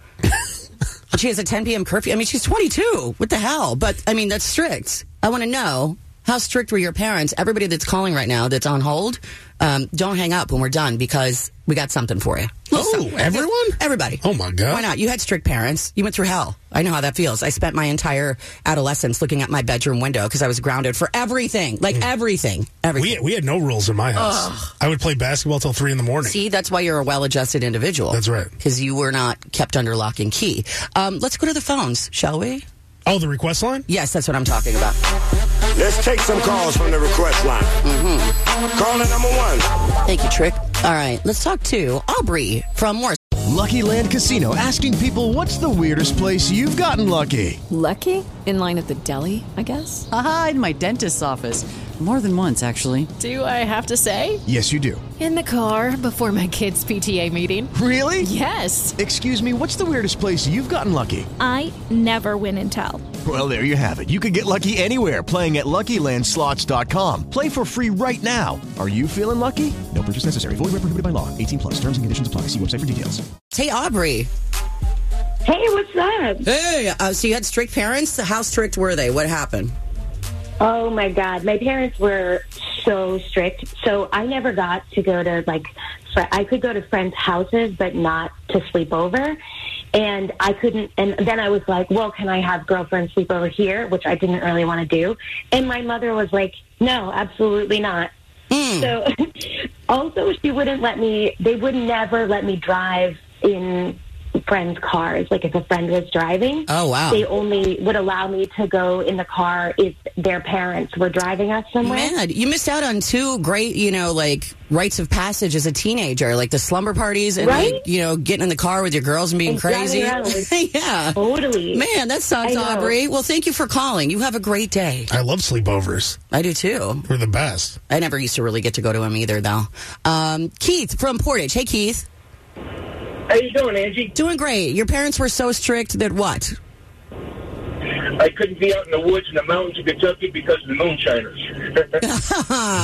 But she has a 10 p.m. curfew. I mean, she's 22. What the hell? But I mean, that's strict. I want to know how strict were your parents? Everybody that's calling right now, that's on hold, um, don't hang up when we're done because we got something for you. Little
Oh,
something.
everyone?
Everybody.
Oh, my God.
Why not? You had strict parents. You went through hell. I know how that feels. I spent my entire adolescence looking at my bedroom window because I was grounded for everything, like
Mm.
everything, everything.
We, we had no rules in my house. I would play basketball till three in the morning.
See, that's why you're a well adjusted individual.
That's right.
Because you were not kept under lock and key. Um, let's go to the phones, shall we?
Oh, the request line?
Yes, that's what I'm talking about.
Let's take some calls from the request line. Mm-hmm. Caller number one.
Thank you, Trick. All right, let's talk to Aubrey from Morris.
Lucky Land Casino asking people what's the weirdest place you've gotten lucky?
Lucky? In line at the deli, I guess?
Aha, in my dentist's office. More than once, actually.
Do I have to say?
Yes, you do.
In the car before my kids' PTA meeting.
Really?
Yes.
Excuse me, what's the weirdest place you've gotten lucky?
I never win and tell.
Well, there you have it. You can get lucky anywhere playing at LuckyLandSlots.com. Play for free right now. Are you feeling lucky? No purchase necessary. Void where prohibited by law. 18 plus. Terms and conditions apply. See website for details.
Hey, Aubrey.
Hey, what's up?
Hey, uh, so you had strict parents? How strict were they? What happened?
Oh my God, my parents were so strict. So I never got to go to like, fr- I could go to friends' houses, but not to sleep over. And I couldn't, and then I was like, well, can I have girlfriends sleep over here? Which I didn't really want to do. And my mother was like, no, absolutely not.
Mm.
So also, she wouldn't let me, they would never let me drive in friends' cars. Like if a friend was driving.
Oh, wow.
They only would allow me to go in the car if their parents were driving us somewhere.
Man, you missed out on two great, you know, like rites of passage as a teenager, like the slumber parties and,
Right?
like, you know, getting in the car with your girls and being
And
crazy.
driving around.
yeah.
Totally.
Man, that sucks,
I know.
Aubrey. Well, thank you for calling. You have a great day.
I love sleepovers.
I do too.
We're the best.
I never used to really get to go to him either, though. Um, Keith from Portage. Hey, Keith.
How you doing, Angie?
Doing great. Your parents were so strict that what?
I couldn't be out in the woods in the mountains of Kentucky because of the moonshiners.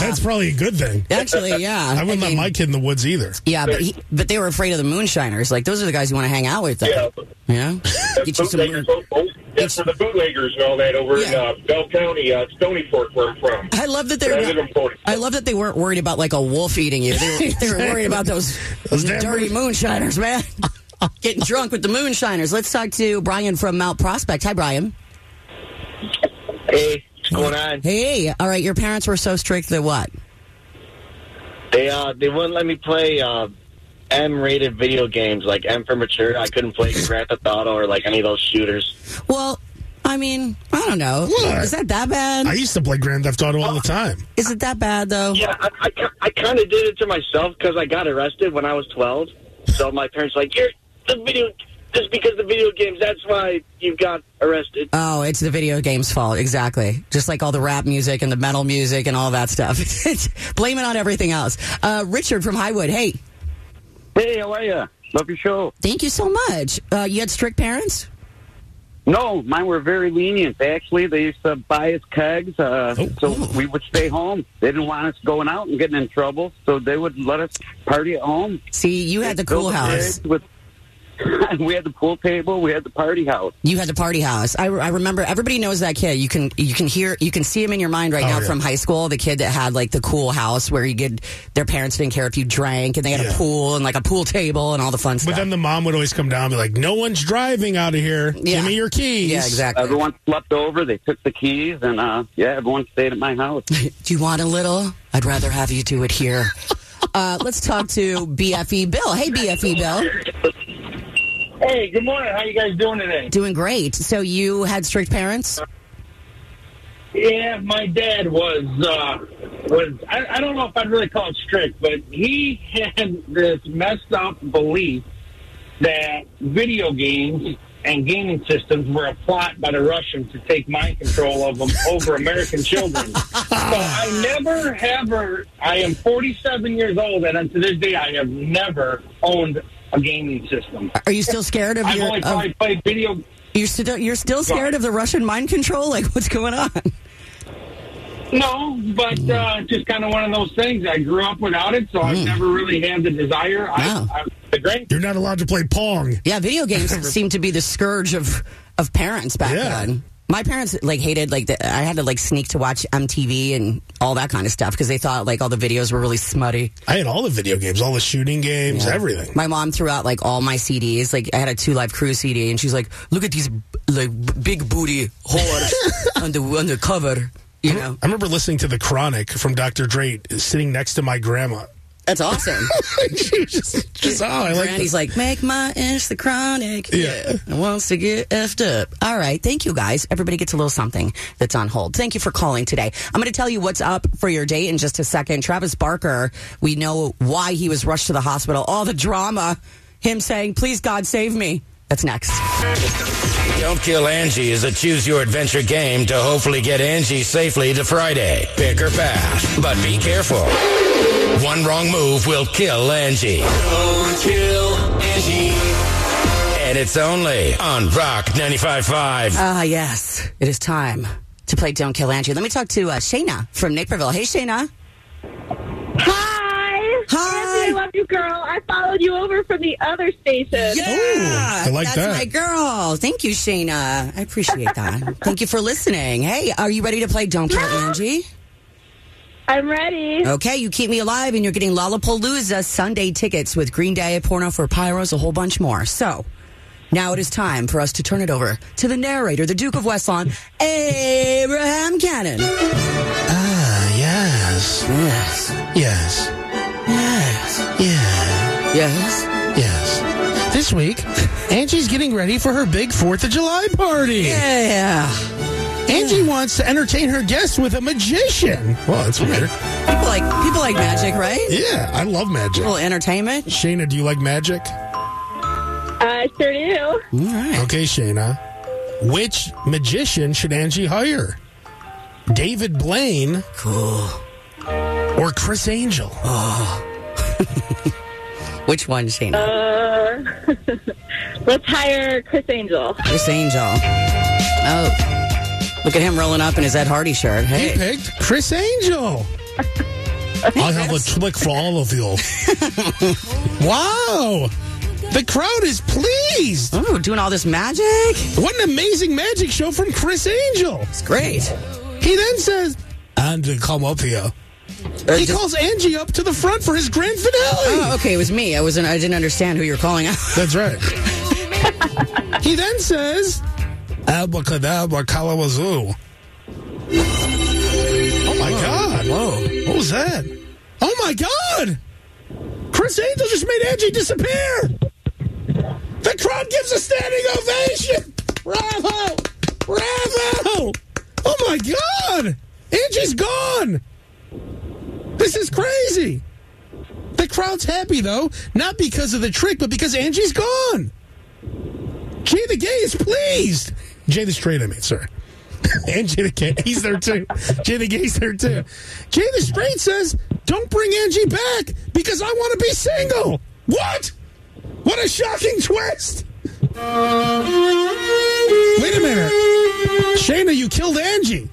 That's probably a good thing.
Actually, yeah.
I wouldn't
I
let
mean-
my kid in the woods either.
Yeah, but he, but they were afraid of the moonshiners. Like those are the guys you want to hang out with. Though.
Yeah.
Yeah. Get you some weird.
That's for the bootleggers and all that over in uh, Bell County, uh, Stony Fork, where I'm from.
I love that
I
they're.
live in
Not,
Portage.
I love that they weren't worried about like a wolf eating you. They were, they were worried about those,
Those damn
dirty moonshiners, man. Getting drunk with the moonshiners. Let's talk to Brian from Mount Prospect. Hi, Brian.
Hey, what's going on?
Hey. All right. Your parents were so strict that what?
They uh, they wouldn't let me play uh, M-rated video games like M for Mature. I couldn't play Grand Theft Auto or like any of those shooters.
Well, I mean, I don't know.
What?
Is that that bad? Oh,
I used to play Grand Theft Auto all the time.
Is it that bad though?
Yeah, I, I, ki- I kind of did it to myself because I got arrested when I was 12. So my parents were like, you're the video, just because the video games, that's why you got arrested.
Oh, it's the video game's fault. Exactly. Just like all the rap music and the metal music and all that stuff. It's- Blame it on everything else. Uh, Richard from Highwood. Hey.
Hey, how are you? Love your show.
Thank you so much. Uh, you had strict parents?
No, mine were very lenient. Actually, they used to buy us kegs, uh,
Oh,
so we would stay home. They didn't want us going out and getting in trouble, so they would let us party at home.
See, you had the cool house.
we had the pool table. We had the party house.
You had the party house. I, I remember everybody knows that kid. You can you can hear you can see him in your mind right
Oh,
now
yeah.
from high school. The kid that had like the cool house where you could their parents didn't care if you drank and they had a pool and like a pool table and all the fun
But
stuff.
then the mom would always come down and be like, no one's driving out of here. Give me your keys.
Everyone slept over. They took the keys, and uh, yeah, everyone stayed at my house.
Do you want a little? I'd rather have you do it here. uh, let's talk to BFE Bill. Hey BFE Bill.
Hey, good morning. How you guys doing today?
Doing great. So you had strict parents?
Yeah, my dad was uh, was I, I don't know if I'd really call it strict, but he had this messed up belief that video games and gaming systems were a plot by the Russians to take mind control of them over American children. So I never ever. I am 47 years old, and to this day, I have never owned a gaming system.
Are you still scared of
I've
your
only
of-
probably played video
You're still you're still scared of the Russian mind control? Like what's going on?
No, but uh, it's just kind of one of those things. I grew up without it, so
Mm.
I've never really had the desire. I, I,
You're not allowed to play Pong.
Yeah, video games seem to be the scourge of of parents back then. My parents like hated like the, I had to like sneak to watch MTV and all that kind of stuff because they thought like all the videos were really smutty.
I had all the video games, all the shooting games, everything.
My mom threw out like all my CDs. Like I had a Two Live Crew CD, and she's like, "Look at these like b- big booty whores on the on the cover." You know,
I remember listening to The Chronic from Dr. Dre sitting next to my grandma.
that's awesome.
just, oh, I like
Granny's
this.
like, make my inch the chronic.
Yeah.
And wants to get effed up. All right. Thank you, guys. Everybody gets a little something that's on hold. Thank you for calling today. I'm going to tell you what's up for your date in just a second. Travis Barker, we know why he was rushed to the hospital. All the drama, him saying, please, God, save me. That's next.
Don't Kill Angie is a choose your adventure game to hopefully get Angie safely to Friday. Pick or pass, but be careful. One wrong move will kill Angie. Don't kill Angie. And it's only on Rock 95.5.
Ah, yes. It is time to play Don't Kill Angie. Let me talk to uh, Shayna from Naperville. Hey, Shayna.
Hi. Hi. I love you, girl. I followed you over from the other station.
Yeah,
I like
that's
that.
my girl. Thank you, Shayna. I appreciate that. Thank you for listening. Hey, are you ready to play Don't Kill Angie?
I'm ready.
Okay, you keep me alive, and you're getting Lollapalooza Sunday tickets with Green Day, Porno for Pyros, a whole bunch more. So now it is time for us to turn it over to the narrator, the Duke of Westlawn, Abraham Cannon.
Ah, yes.
Yes.
Yes. Yes. Yeah.
Yes.
Yes. This week, Angie's getting ready for her big 4th of July party.
Yeah.
Angie wants to entertain her guests with a magician. Well, that's weird.
People like people like magic, right?
Yeah, I love magic.
little entertainment.
Shayna, do you like magic?
Uh, I sure do.
All right. Okay, Shayna. Which magician should Angie hire? David Blaine.
Cool. Oh.
Or Chris Angel?
Which one, Shayna?
Uh, let's hire Chris Angel.
Chris Angel. Oh. Look at him rolling up in his Ed Hardy shirt. Hey.
He picked Chris Angel. I have a trick for all of you. wow. The crowd is pleased.
Oh, doing all this magic.
What an amazing magic show from Chris Angel.
It's great.
He then says, Andrew, come up here. he calls Angie up to the front for his grand finale.
Oh, okay, it was me. I wasn't. I didn't understand who you were calling out.
That's right. he then says, "Uh, Abracadabra Kalamazoo. Oh my God. Whoa. What was that? Oh my God. Chris Angel just made Angie disappear. The crowd gives a standing ovation. Bravo. Bravo! Oh my God! Angie's gone! This is crazy! The crowd's happy though, not because of the trick, but because Angie's gone! Jay the Gay is pleased! Jay the Straight, I mean, sorry. and Jay the Gay, he's there too. Jay the Gay's there too. Jay the Straight says, don't bring Angie back because I want to be single! What? What a shocking twist! Wait a minute. Shayna, you killed Angie.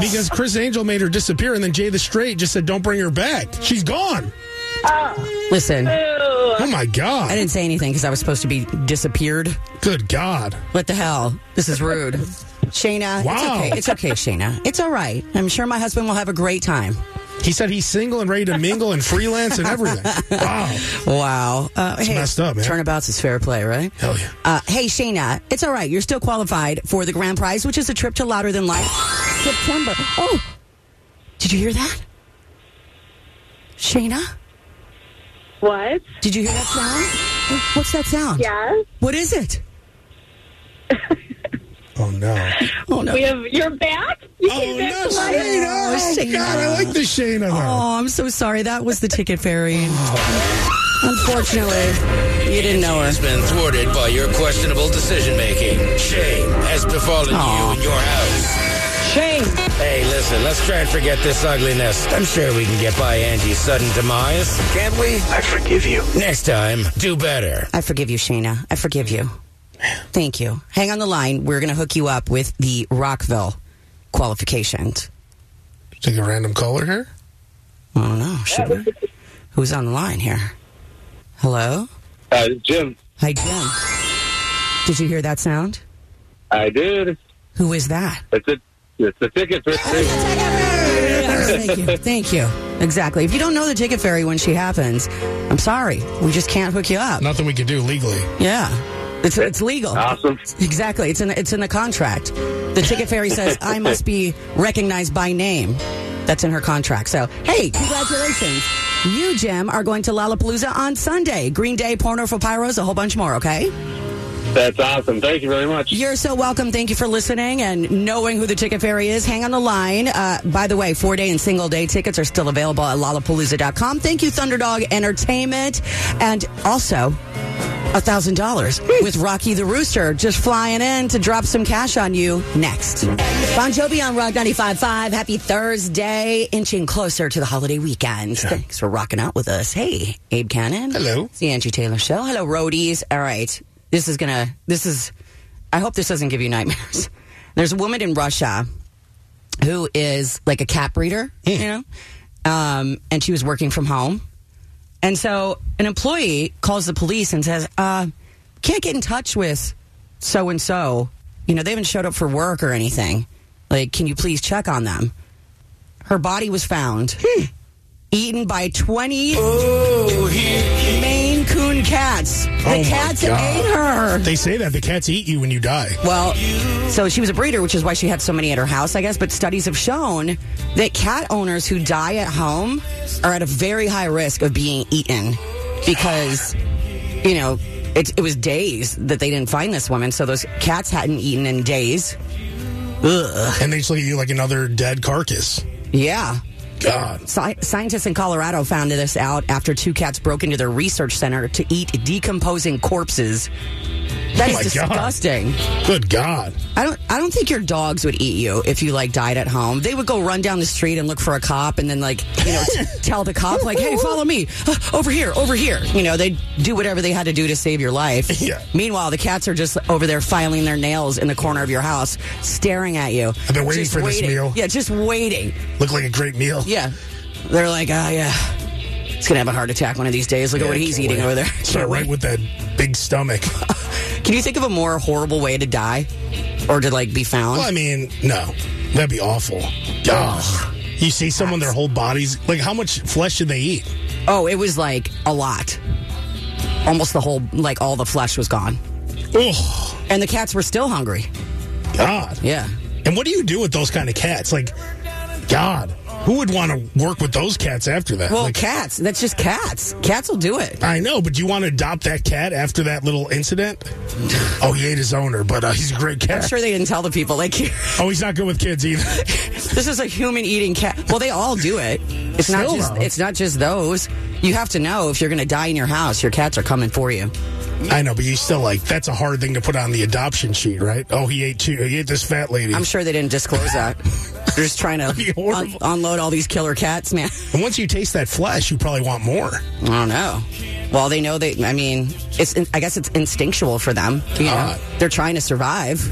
Because Chris Angel made her disappear, and then Jay the Straight just said, don't bring her back. She's gone.
Listen.
Oh my God.
I didn't say anything because I was supposed to be disappeared.
Good God.
What the hell? This is rude. Shayna,
Wow.
it's okay. It's okay, Shayna. It's all right. I'm sure my husband will have a great time.
He said he's single and ready to mingle and freelance and everything. Wow.
Wow. Uh,
It's
hey,
messed up, man.
Turnabouts is fair play, right?
Hell yeah.
Uh, hey, Shayna, it's all right. You're still qualified for the grand prize, which is a trip to Louder Than Life September. Oh, did you hear that? Shayna?
What?
Did you hear that sound? What's that sound?
Yes.
What is it?
Oh, no.
Oh, no.
We have you're back. You came back to life?
Oh, Shayna.
God, I like the Shayna. though.
Oh, I'm so sorry. That was the ticket fairy. Unfortunately, you didn't know her.
Has been thwarted by your questionable decision making. Shame has befallen you and your house.
Shame.
Hey, listen, let's try and forget this ugliness. I'm sure we can get by Angie's sudden demise, can't we? I forgive you. Next time, do better.
I forgive you, Shayna. I forgive you. Thank you. Hang on the line. We're going to hook you up with the Rockville qualifications.
Take a random caller here?
I don't know. Shayna. Who's on the line here? Hello?
Uh, Jim,
Hi, Jim. Did you hear that sound?
I did.
Who is that?
It's a, it's a ticket for
Thank you. Thank you. Exactly. If you don't know the ticket fairy when she happens, I'm sorry. We just can't hook you up.
Nothing we can do legally.
Yeah. It's, it's legal. Awesome. Exactly. It's in it's in the contract. The ticket fairy says I must be recognized by name. That's in her contract. So hey, congratulations. You, Jim, are going to Lollapalooza on Sunday. Green Day, Porno for Pyros, a whole bunch more, okay?
That's awesome. Thank you very much.
You're so welcome. Thank you for listening and knowing who the Ticket Fairy is. Hang on the line. Uh, by the way, four day and single day tickets are still available at lollapalooza.com. Thank you, Thunderdog Entertainment. And also, $1,000 with Rocky the Rooster just flying in to drop some cash on you next. Bon Jovi on Rock 95.5. Happy Thursday. Inching closer to the holiday weekend. Thanks for rocking out with us. Hey, Abe Cannon. Hello. It's the Angie Taylor Show. Hello, roadies. All right. This is going to, this is, I hope this doesn't give you nightmares. There's a woman in Russia who is like a cap reader, you know, um, and she was working from home. And so an employee calls the police and says, uh, can't get in touch with so and so. You know, they haven't showed up for work or anything. Like, can you please check on them? Her body was found eaten by 20 Maine Coon cats. The
Oh, my
cats
God.
ate her.
They say that the cats eat you when you die.
Well, so she was a breeder, which is why she had so many at her house, I guess. But studies have shown that cat owners who die at home are at a very high risk of being eaten because, you know, it, it was days that they didn't find this woman. So those cats hadn't eaten in days. Ugh.
And they just look at you like another dead carcass.
Yeah.
God.
Sci- scientists in Colorado found this out after two cats broke into their research center to eat decomposing corpses. That
Oh
is
my God.
disgusting.
Good God.
I don't. I don't think your dogs would eat you if you like died at home. They would go run down the street and look for a cop, and then like you know t- tell the cop like, "Hey, follow me Uh, over here, over here." You know, they would do whatever they had to do to save your life.
Yeah.
Meanwhile, the cats are just over there filing their nails in the corner of your house, staring at you.
I've been waiting
Just
for this
waiting.
meal.
Yeah, just waiting.
Look like a great meal.
Yeah, they're like, "Ah, yeah, it's gonna have a heart attack one of these days." Look
Yeah,
at what
I
he's
can't
eating
wait.
over there.
Start right with that big stomach.
Can you think of a more horrible way to die, or to like be found?
Well, I mean, no. That'd be awful. Gosh. You see someone, their whole bodies, like how much flesh did they eat?
Oh, it was like a lot. Almost the whole, like all the flesh was gone. And the cats were still hungry.
God.
Yeah.
And what do you do with those kind of cats? Like, God. Who would want to work with those cats after that?
Well,
Like-
cats. That's just cats. Cats will do it.
I know, but do you want to adopt that cat after that little incident? oh, he ate his owner, but uh, he's a great cat.
I'm sure they didn't tell the people. Like,
oh, he's not good with kids either.
this is a human eating cat. Well, they all do it. It's not
Still,
just.
though.
It's not just those. You have to know if you're going to die in your house. Your cats are coming for you.
I know, but you still like that's a hard thing to put on the adoption sheet, right? Oh, he ate two. He ate this fat lady.
I'm sure they didn't disclose that. They're just trying to un- unload all these killer cats, man.
And once you taste that flesh, you probably want more.
I don't know. Well, they know they. I mean, it's. I guess it's instinctual for them. You know,
God.
they're trying to survive.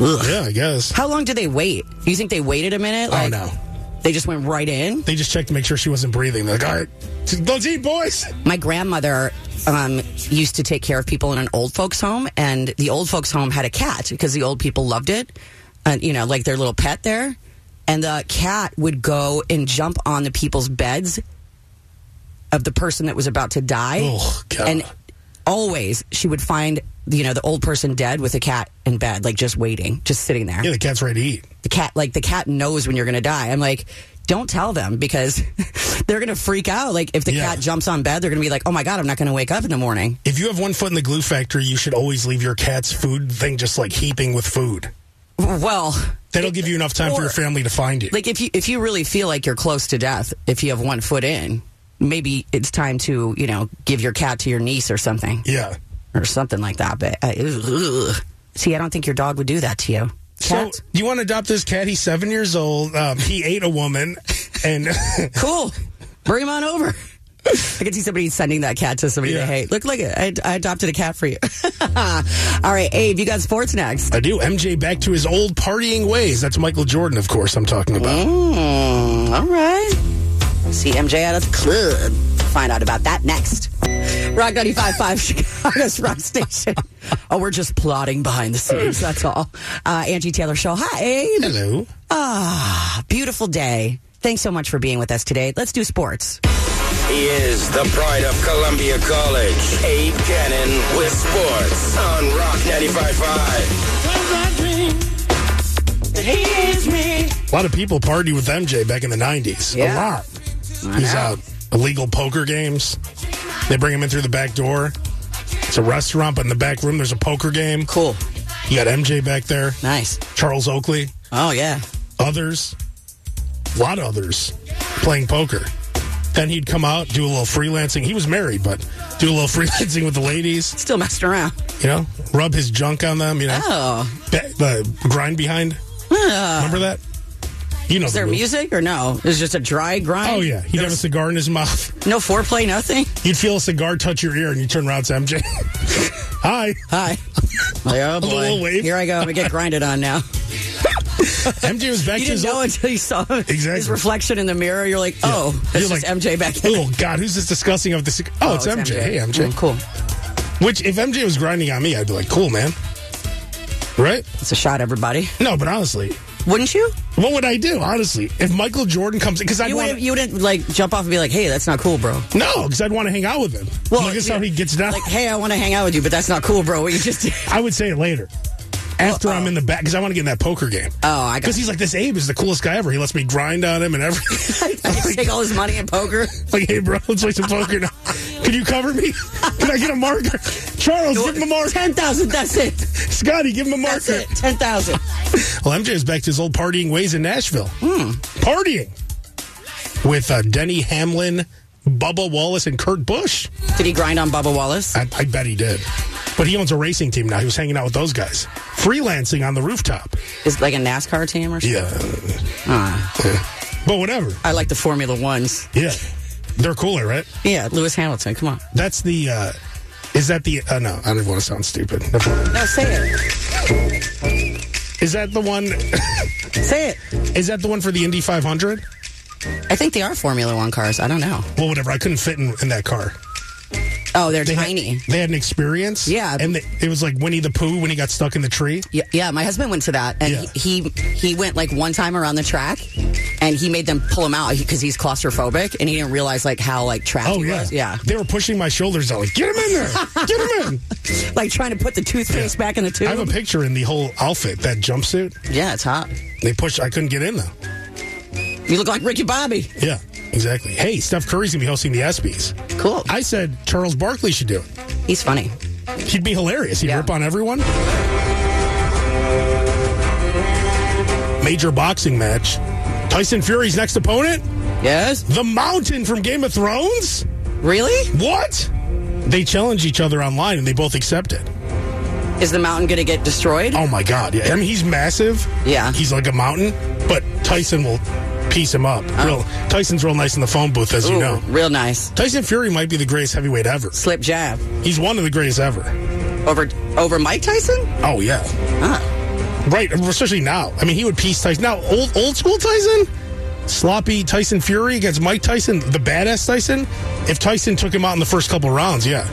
Yeah, I guess.
How long do they wait? You think they waited a minute? Like,
oh no.
They just went right in.
They just checked to make sure she wasn't breathing. They're like, all right, let's eat, boys.
My grandmother um, used to take care of people in an old folks' home, and the old folks' home had a cat because the old people loved it, and you know, like their little pet there. And the cat would go and jump on the people's beds of the person that was about to die,
Oh, God.
and always she would find you know the old person dead with a cat in bed, like just waiting, just sitting there.
Yeah, the cat's ready to eat.
the cat like the cat knows when you're gonna die i'm like don't tell them because they're gonna freak out like if the cat jumps on bed they're gonna be like oh my god i'm not gonna wake up in the morning
If you have one foot in the glue factory, you should always leave your cat's food thing just like heaping with food.
well
That'll give you enough time for
or-
your family to find you.
like if you if you really feel like you're close to death if you have one foot in maybe it's time to you know give your cat to your niece or something
yeah
or something like that but uh, ugh. see i don't think your dog would do that to you Cats?
So, you want to adopt this cat? He's seven years old. Um, he ate a woman, and
cool. Bring him on over. I can see somebody sending that cat to somebody they hate. Look, look, I, I adopted a cat for you. All right, Abe, you got sports next.
I do. MJ back to his old partying ways. That's Michael Jordan, of course. I'm talking about.
Mm, all right. See MJ out of the club. Find out about that next. Rock 95.5, Chicago's Rock Station. Oh, we're just plotting behind the scenes, that's all. Uh, Angie Taylor Show. Hi, Abe.
Hello.
Ah, beautiful day. Thanks so much for being with us today. Let's do sports.
He is the pride of Columbia College, Abe Cannon with sports on Rock 95.5.
A lot of people party with MJ back in the 90s.
Yeah.
A lot. He's out. Illegal poker games. They bring him in through the back door. It's a restaurant, but in the back room, there's a poker game.
Cool.
You got MJ back there.
Nice.
Charles Oakley.
Oh, yeah.
Others. A lot of others playing poker. Then he'd come out, do a little freelancing. He was married, but do a little freelancing with the ladies.
Still messing around.
You know, rub his junk on them, you know.
Oh. Ah.
Be- the grind behind. Remember that? You know
Is
the
there
move.
music or no? It's just a dry grind.
Oh yeah, he'd have a cigar in his mouth.
No foreplay, nothing.
You'd feel a cigar touch your ear, and you turn around to MJ. Hi,
hi. Like, oh
A
boy,
little wave.
here I go. I'm gonna get grinded on now.
MJ was back
you didn't
to his
know until you saw his reflection in the mirror. You're like, oh, that's just MJ back there.
Oh God, who's this discussing of the? Cig- oh,
Oh,
it's,
it's
MJ.
MJ.
Hey, MJ.
Mm, cool.
Which, if MJ was grinding on me, I'd be like, cool, man. Right?
It's a shot, everybody.
No, but honestly,
wouldn't you?
What would I do, honestly? If Michael Jordan comes, because I
You
want
wouldn't, you wouldn't like jump off and be like, hey, that's not cool, bro.
No, because I'd want to hang out with him. Well, look at how he gets down. Like,
hey, I want to hang out with you, but that's not cool, bro. What you just Oh,
I would say it later. After I'm in the back, because I want to get in that poker game. Oh,
I
Because he's like, this Abe is the coolest guy ever. He lets me grind on him and everything.
take all his money in poker.
like, hey, bro, let's play some poker now. Can you cover me? Can I get a marker? Charles, give him a marker.
10,000, that's it.
Scotty, give him a marker.
10,000.
Well, MJ's back to his old partying ways in Nashville. Partying with uh, Denny Hamlin, Bubba Wallace, and Kurt Busch.
Did he grind on Bubba Wallace?
I, I bet he did. But he owns a racing team now. He was hanging out with those guys, freelancing on the rooftop.
Is it like a NASCAR team or something? Ah.
But whatever.
I like the Formula Ones.
Yeah. They're cooler, right?
Yeah, Lewis Hamilton. Come on.
That's the. Uh, is that the? Uh, no, I don't want to sound stupid. Never mind.
No, say it.
Is that the one?
say it.
Is that the one for the Indy 500?
I think they are Formula One cars. I don't know.
Well, whatever. I couldn't fit in, in that car.
Oh, they're
They had-
tiny.
they had an experience. Yeah, and they, it was like Winnie the Pooh when he got stuck in the tree.
Yeah, yeah, my husband went to that, and he, he he went like one time around the track, and he made them pull him out because he's claustrophobic, and he didn't realize like how like trapped
Oh
he
yeah,
was. Yeah,
They were pushing my shoulders out, like get him in there, get him
in. like trying to put the toothpaste back in the tube.
I have a picture in the whole outfit, that jumpsuit.
Yeah, it's hot.
They pushed. I couldn't get in though.
You look like Ricky Bobby.
Yeah, exactly. Hey, Steph Curry's gonna be hosting the ESPYS.
Cool.
I said Charles Barkley should do it.
He's funny.
He'd be hilarious. He'd rip on everyone. Major boxing match. Tyson Fury's next opponent.
Yes.
The Mountain from Game of Thrones.
Really?
What? They challenge each other online, and they both accept it.
Is the mountain going to get destroyed?
Oh my god! Yeah, I mean he's massive.
Yeah,
he's like a mountain. But Tyson will piece him up. Real Tyson's real nice in the phone booth, as you
Oh. Ooh,
know.
Real nice.
Tyson Fury might be the greatest heavyweight ever.
Slip jab.
He's one of the greatest ever.
Over over Mike Tyson?
Oh yeah. Right, especially now. I mean, he would piece Tyson. Now, old old school Tyson, sloppy Tyson Fury against Mike Tyson, the badass Tyson. If Tyson took him out in the first couple rounds, yeah.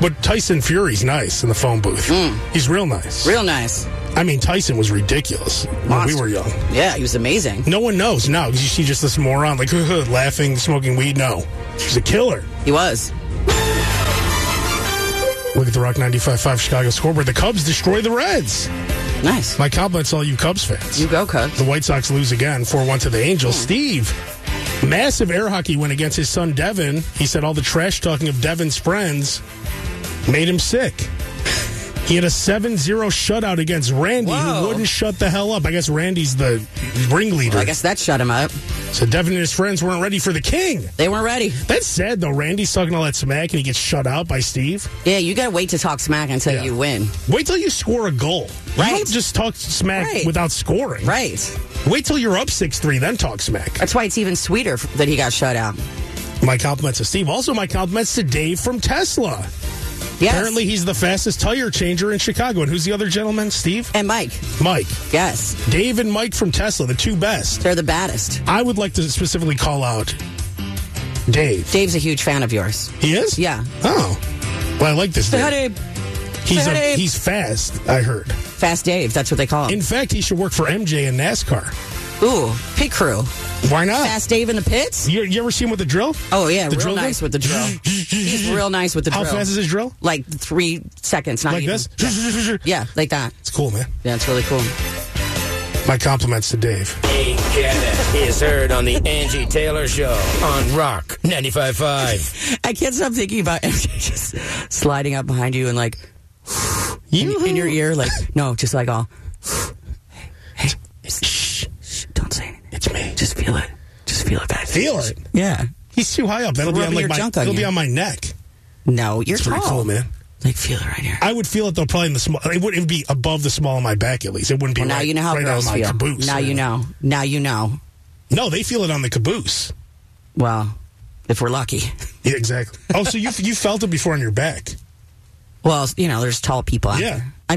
But Tyson Fury's nice in the phone booth. He's real nice.
Hmm. Real nice.
I mean, Tyson was ridiculous when we were young.
Yeah, he was amazing.
No one knows now. You see just this moron, like, laughing, smoking weed. No. He's a killer.
He was.
Look at the Rock 95.5 Chicago scoreboard. The Cubs destroy the Reds.
Nice.
My compliments to all you Cubs fans. You
go, Cubs. Hmm.
The White Sox lose again, 4-1 to the Angels. Steve, massive air hockey win against his son, Devin. He said all the trash talking of Devin's friends made him sick. He had a 7-0 shutout against Randy, who wouldn't shut the hell up. I guess Randy's the ringleader. I
guess that shut him up.
So Devin and his friends weren't ready for the king.
They weren't ready.
That's sad, though. Randy's talking all that smack, and he gets shut out by Steve.
Yeah, you got to wait to talk smack until you win.
Wait till you score a goal.
Right.
You don't just talk smack
Right.
without scoring.
Right.
Wait till you're up 6 3, then talk smack.
That's why it's even sweeter f- that he got shut out.
My compliments to Steve. Also, my compliments to Dave from Tesla.
Yes.
Apparently, he's the fastest tire changer in Chicago. And who's the other gentleman? Steve?
And Mike.
Mike.
Yes.
Dave and Mike from Tesla, the two best.
They're the baddest.
I would like to specifically call out Dave.
Dave's a huge fan of yours.
He is?
Yeah.
Oh. Well, I like this
Say
Dave.
hi, Dave.
He's,
Say hi,
a,
Dave.
he's fast, I heard.
Fast Dave, that's what they call him.
In fact, he should work for MJ in NASCAR.
Ooh, pit crew.
Why not?
Fast Dave in the pits?
You, you ever see him with the drill?
Oh, yeah,
The
real
drill
nice
guy?
with the drill. He's real nice with the
How
drill.
fast is his drill?
Like three seconds, not
Like
even.
this?
Yeah. Yeah, like that.
It's cool, man.
Yeah, it's really cool.
My compliments to Dave.
Hey, Kenneth is heard on the Angie Taylor Show on Rock 95.5.
I can't stop thinking about MJ just sliding up behind you and like in, in your ear, like no, just like all. Hey, hey, shh, shh, don't say anything.
It's me.
Just feel it. Just feel it. Back.
Feel it.
Yeah.
He's too high up. That'll be
Rubbing
on like
your
my.
junk on
it'll be
you.
on my neck.
No, you're
It's
tall.
pretty cool, man.
Like feel it right here.
I would feel it though, probably in the small. It would, it would be above the small of my back at least. It wouldn't be.
Well, now
right,
you know how
right
girls
on my
feel.
Caboose.
now you know. Now you know.
No, they feel it on the caboose.
Well, if we're lucky.
Yeah, exactly. Oh, so you you felt it before on your back?
Well, you know, there's tall people. out
Yeah.
I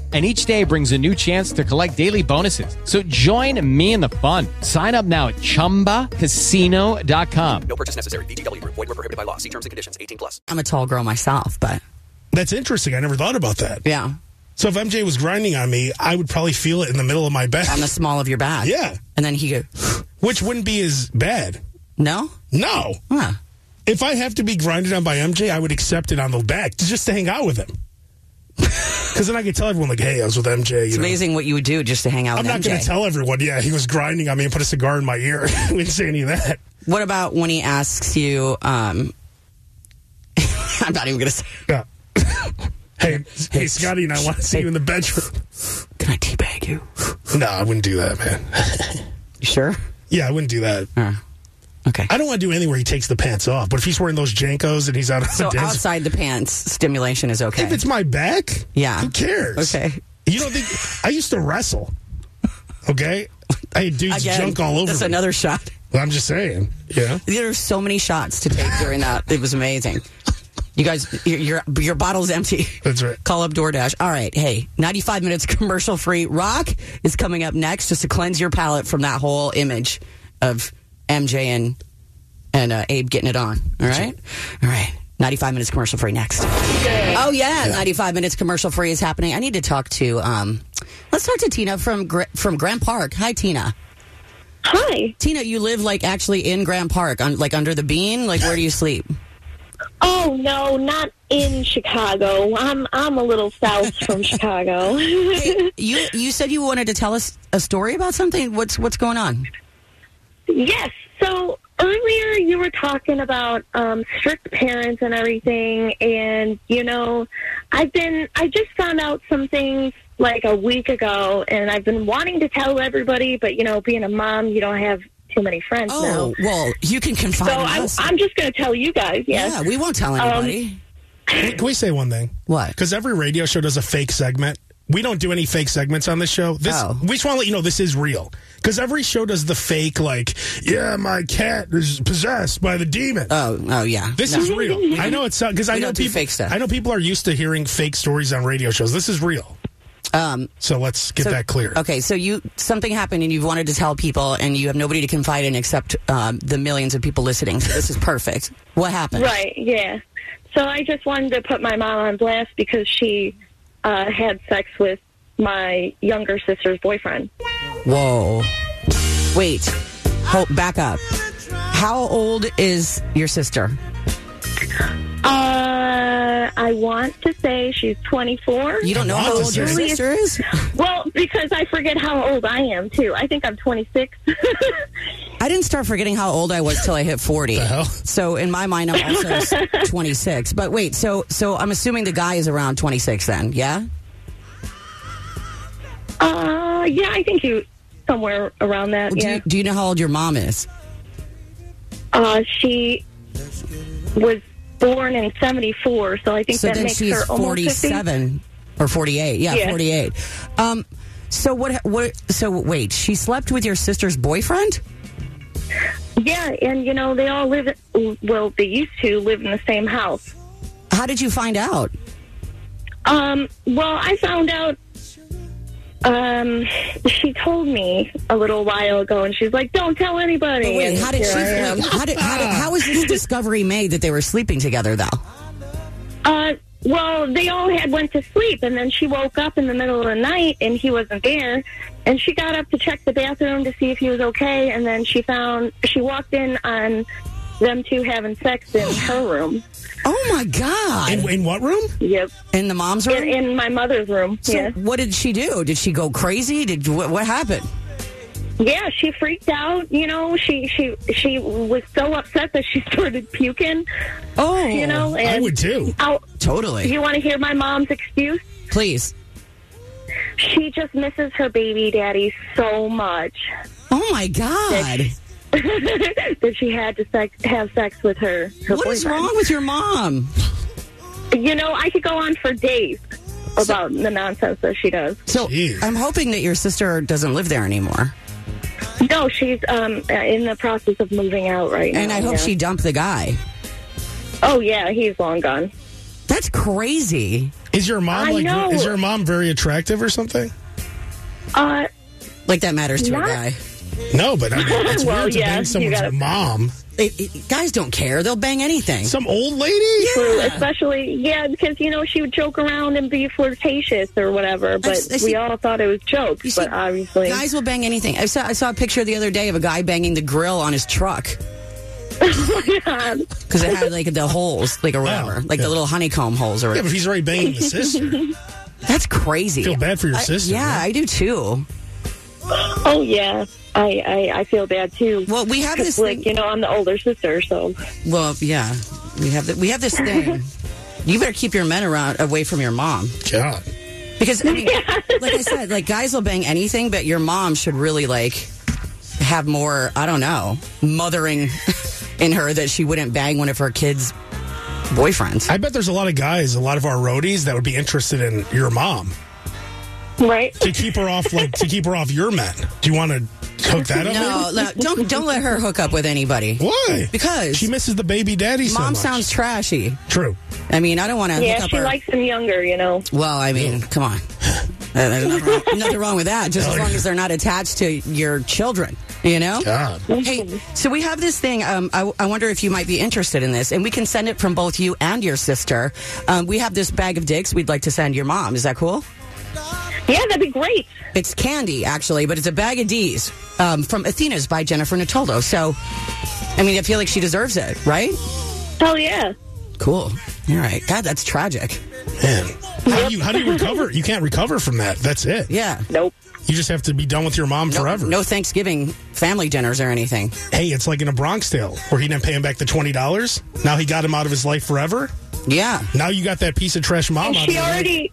and each day brings a new chance to collect daily bonuses. So join me in the fun. Sign up now at ChumbaCasino.com.
No purchase necessary. VGW Group. Void were prohibited by law. See terms and conditions. 18 plus.
I'm a tall girl myself, but
That's interesting. I never thought about that.
yeah,
So if MJ was grinding on me, I would probably feel it in the middle of my back.
on the small of your back.
Yeah.
And then he go,
Which wouldn't be as bad.
no,
No.
huh?
If I have to be grinded on by MJ, I would accept it on the back just to hang out with him. Because then I could tell everyone, like, hey, I was with MJ. You
It's
know.
amazing what you would do just to hang out
I'm
with
not
MJ.
going to tell everyone, yeah, he was grinding on me and put a cigar in my ear. we didn't say any of that.
What about when he asks you? Um, I'm not even gonna say.
Yeah. hey, hey, Scotty, and I want to see you in the bedroom.
Can I teabag you?
No, I wouldn't do that, man.
You sure?
yeah, I wouldn't do that.
okay.
I don't want to do anything where he takes the pants off, but if he's wearing those Jankos and he's out on
So
the dance
outside the pants stimulation is okay.
If it's my back,
Yeah.
who cares?
Okay.
You don't think I used to wrestle? Okay, I had dudes
Again,
junk all over.
That's
me.
another shot.
I'm just saying. Yeah.
There were so many shots to take during that. It was amazing. You guys, your your, your bottle's empty.
That's right.
Call up DoorDash. All right, hey, 95 minutes commercial free. Rock is coming up next just to cleanse your palate from that whole image of MJ and and uh, Abe getting it on. All right, all right. 95 minutes commercial free next. Oh yeah, 95 minutes commercial free is happening. I need to talk to um, Let's talk to Tina from Gra- from Grand Park. Hi, Tina. Hi, Tina. You live like actually in Grand Park, on, like under the bean. Like, where do you sleep?
Oh no, not in Chicago. Um, uh, I'm I'm a little south from Chicago.
Hey, you you said you wanted to tell us a story about something. What's what's going on?
Yes. So earlier you were talking about um, strict parents and everything, and you know, I've been I just found out some things like a week ago, and I've been wanting to tell everybody, but you know, being a mom, you don't have too many friends
Oh,
now.
well, you can confide
So
in
I,
us.
I'm just going to tell you guys. Yes.
Yeah, we won't tell
Um,
anybody.
Can can we say one thing? What? Because every radio show does a fake segment. We don't do any fake segments on this show. This
Oh.
we just want to let you know this is real. Because every show does the fake, like, yeah, my cat is possessed by the demon.
Oh, oh yeah.
This
No.
is real. I know it's because I
We
know
don't do
people.
fake stuff.
I know people are used to hearing fake stories on radio shows. This is real.
Um,
so let's get
So-
that clear.
Okay, so you something happened and you've wanted to tell people, and you have nobody to confide in except um, the millions of people listening. So this is perfect. What happened?
Right, yeah. So I just wanted to put my mom on blast because she uh, had sex with my younger sister's boyfriend.
Whoa. Wait. Ho- back up. How old is your sister?
Uh, I want to say she's 24.
You don't know I how want to old your say. sister is?
Well, because I forget how old I am, too. I think I'm 26.
I didn't start forgetting how old I was till I hit forty. So in my mind, I'm also twenty six. But wait, so so I'm assuming the guy is around twenty six then, yeah?
Uh, yeah, I think you somewhere around that.
Do
yeah.
you, do you know how old your mom is?
Uh, she was born in 74, so I think
so
that
then
makes
she
her
is
almost 50.
47 or 48 yeah,
Yeah.
48 um so what what so wait she slept with your sister's boyfriend
Yeah, and you know they all live. Well, they used to live in the same house.
How did you find out?
Um. Well, I found out. Um, she told me a little while ago, and she's like, "Don't tell anybody."
But wait
And
how did she
here I am.
sleep- how did, how did how was this discovery made that they were sleeping together though
Uh, well, they all had went to sleep, and then she woke up in the middle of the night, and he wasn't there. And she got up to check the bathroom to see if he was okay, and then she found she walked in on them two having sex in her room.
Oh my god!
In, in what room?
Yep.
In the mom's room.
In, my mother's room.
so
yes.
what did she do did she go crazy did what, what happened
Yeah, she freaked out. You know, she she she was so upset that she started puking.
Oh,
you know,
I
and
would too.
I'll-
Totally.
You want to hear my mom's excuse?
please
She just misses her baby daddy so much.
Oh my god!
that she had to sex, have sex with her. her
What is
boyfriend.
wrong with your mom
You know, I could go on for days about the nonsense that she does.
so i'm hoping that your sister doesn't live there anymore
No, she's um in the process of moving out right
and
now.
i hope
yeah.
she dumped the guy
Oh yeah, he's long gone.
That's crazy.
Is your mom
I
like?
know.
Is your mom very attractive or something?
Uh,
Like that matters to
Not-
a guy.
No, but I mean, it's
Well,
weird to
yeah,
bang
you
someone's
gotta-
mom.
It, it- guys don't care. They'll bang anything.
Some old lady?
True, especially yeah, because you know she would joke around and be flirtatious or whatever. But
I see-
we all thought it was jokes. but obviously,
Guys will bang anything. I saw, I saw a picture the other day of a guy banging the grill on his truck.
Oh
Because it had like the holes, like or whatever, like the little honeycomb holes or
Yeah,
whatever.
but he's already banging the sister.
That's crazy.
Feel bad for your
I-
sister,
Yeah,
right?
I do too.
oh yeah, I, I I feel bad too.
Well, we have this
like you know I'm the older sister, so
Well, yeah, we have the, we have this thing. you better keep your men around away from your mom.
God.
Because I mean, like I said, like guys will bang anything, but your mom should really like have more. I don't know, mothering in her that she wouldn't bang one of her kids' boyfriends.
I bet there's a lot of guys, a lot of our roadies that would be interested in your mom.
Right.
To keep her off like to keep her off your men. Do you want to hook that up?
No,
maybe?
no, don't don't let her hook up with anybody.
Why?
Because she
misses the baby daddy. so
Mom
much.
sounds trashy.
True.
I mean, I don't want to hook
yeah,
up
she
her.
likes him younger, you know.
well, I mean, come on. Uh, There's nothing wrong, nothing wrong with that. Just as long as they're not attached to your children, you know.
God.
Hey, so we have this thing. Um, I, I wonder if you might be interested in this, and we can send it from both you and your sister. Um, we have this bag of dicks we'd like to send your mom. Is that cool?
Yeah, that'd be great.
It's candy, actually, but it's a bag of D's um, from Athena's by Jennifer Natoldo. So, I mean, I feel like she deserves it, right?
Hell yeah.
Cool. All right. God, that's tragic.
Man, how do you how do you recover? You can't recover from that. That's it.
Yeah.
Nope.
You just have to be done with your mom forever.
No Thanksgiving family dinners or anything.
Hey, it's like in a Bronx Tale where he didn't pay him back the twenty dollars. Now he got him out of his life forever.
Yeah.
Now you got that piece of trash mom.
and
out
she
of your life.
already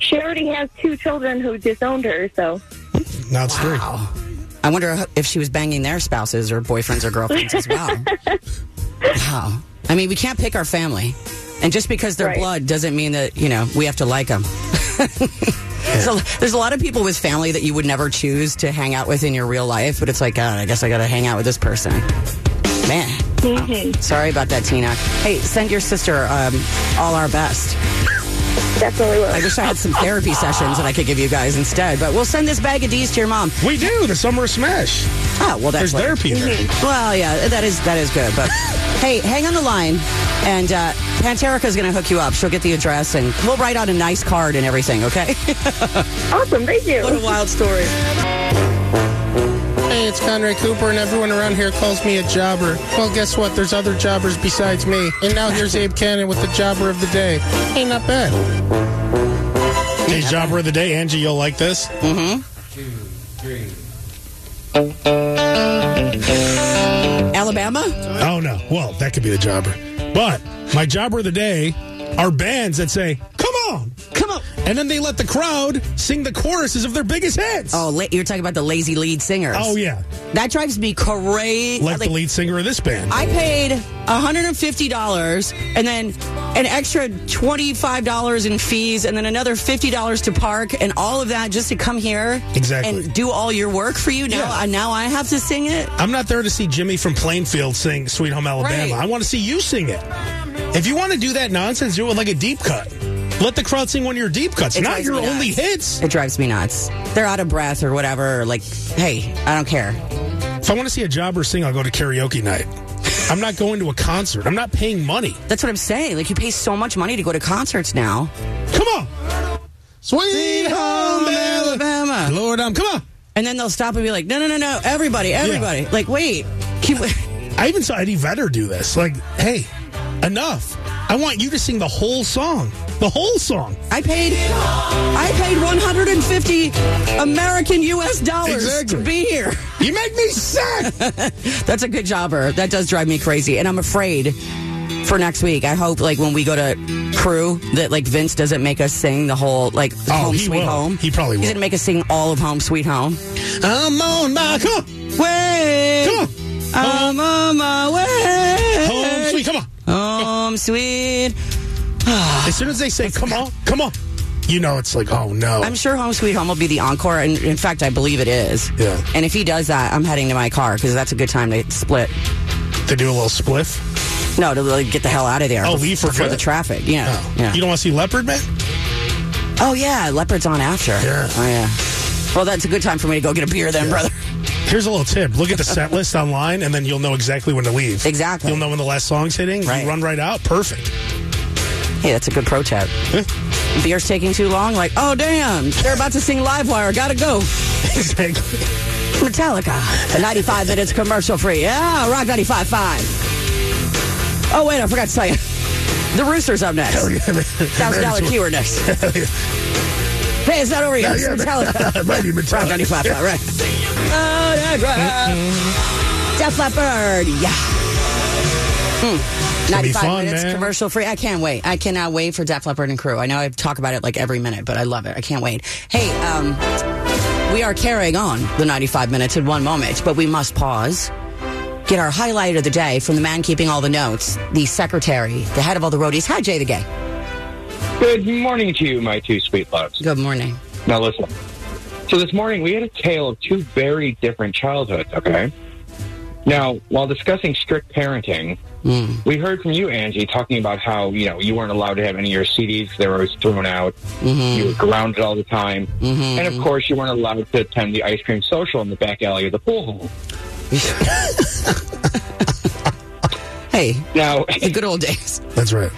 she already has two children who disowned her, so
Now it's three.
I wonder ho- if she was banging their spouses or boyfriends or girlfriends as well. wow. I mean, we can't pick our family. And just because they're blood doesn't mean that, you know, we have to like them. so, there's a lot of people with family that you would never choose to hang out with in your real life, but it's like, God, I guess I got to hang out with this person. Man.
Mm-hmm.
Sorry about that, Tina. Hey, send your sister um, all our best.
Definitely will.
I wish I had some therapy sessions that I could give you guys instead, but we'll send this bag of D's to your mom.
We do the summer smash.
Oh well, that's
There's therapy in there. Mhm.
Well, yeah, that is that is good. But hey, hang on the line, and uh, Panterica's going to hook you up. She'll get the address, and we'll write out a nice card and everything. Okay.
awesome. Thank you.
What a wild story.
Hey, it's Conrad Cooper, and everyone around here calls me a jobber. Well, guess what? There's other jobbers besides me. And now here's Abe Cannon with the jobber of the day. Hey, not bad.
Hey, jobber of the day, Angie. You'll like this.
Mm-hmm. Alabama?
Oh no. Well, that could be the jobber. But my jobber of the day are bands that say, "Come on,
come on,"
and then they let the crowd sing the choruses of their biggest hits.
Oh, la- you're talking about the lazy lead singers.
Oh, yeah.
that drives me crazy.
like the lead singer of this band.
I paid $150 and then an extra $25 in fees and then another $50 to park and all of that just to come here
Exactly.
and do all your work for you. Now, I now I have to sing it.
I'm not there to see Jimmy from Plainfield sing Sweet Home Alabama.
Right.
I want to see you sing it. If you want to do that nonsense, do it with like a deep cut. Let the crowd sing one of your deep cuts,
It
not
drives
your
me nuts.
only hits.
It drives me nuts. They're out of breath or whatever. or Like, hey, I don't care.
If I want to see a jobber sing, I'll go to karaoke night. I'm not going to a concert. I'm not paying money.
That's what I'm saying. Like, you pay so much money to go to concerts now.
Come on. Sweet home
Alabama.
Lord, I'm, come on.
And then they'll stop and be like, no, no, no, no. Everybody, everybody. Like, wait. Can we-
I even saw Eddie Vedder do this. Like, hey, enough. I want you to sing the whole song. The whole song.
I paid I paid 150 American US dollars
Exactly.
to be here.
You make me sick.
That's a good jobber. That does drive me crazy and I'm afraid for next week. I hope like when we go to crew that like Vince doesn't make us sing the whole like home
Oh, he
sweet
will.
home.
He probably
He's
will.
going to make us sing all of home sweet home.
I'm on my come on.
Way.
Come on.
I'm on my way.
Home sweet. Come on.
Home sweet.
As soon as they say, come on, come on, you know it's like, oh no.
I'm sure Home Sweet Home will be the encore, and in fact, I believe it is.
Yeah.
And if he does that, I'm heading to my car because that's a good time to split.
they do a little spliff.
No, to like, get the hell out of there.
Oh,
bef-
leave for
before
good.
the traffic. Yeah. yeah.
Oh. You don't want to see Leopard Man?
oh yeah, leopard's on after.
Yeah.
Oh yeah. Well, that's a good time for me to go get a beer then, brother.
Here's a little tip. Look at the set list online, and then you'll know exactly when to leave.
Exactly.
You'll know when the last song's hitting.
Right.
You run right out. Perfect.
Hey, that's a good pro tip. Beer's taking too long. Like, oh damn, they're about to sing Livewire. Gotta go.
exactly.
Metallica. 95 minutes commercial free. Yeah, Rock 95.5. Oh, wait, I forgot to tell you. The Rooster's up next. Thousand dollar keyword next. Hey, it's not over yet. It's Metallica.
Mighty
Rock
Metallica.
95.5, right. Autograph. Def Leppard. Yeah. Mm.
Gonna be
95
fun,
minutes
man.
commercial free. I can't wait. I cannot wait for Def Leppard and crew. I know I talk about it like every minute, but I love it. I can't wait. Hey, um, we are carrying on the 95 minutes in one moment, but we must pause. Get our highlight of the day from the man keeping all the notes, the secretary, the head of all the roadies. Hi, Jay the Gay.
Good morning to you, my two sweet loves.
Good morning.
Now listen. So this morning we had a tale of two very different childhoods, okay? Now, while discussing strict parenting,
Hmm.
we heard from you, Angie, talking about how, you know, you weren't allowed to have any of your CDs. They were always thrown out.
Mm-hmm.
You were grounded all the time. And of course, you weren't allowed to attend the ice cream social in the back alley of the pool hall.
Hey,
Now,
the good old days.
That's right.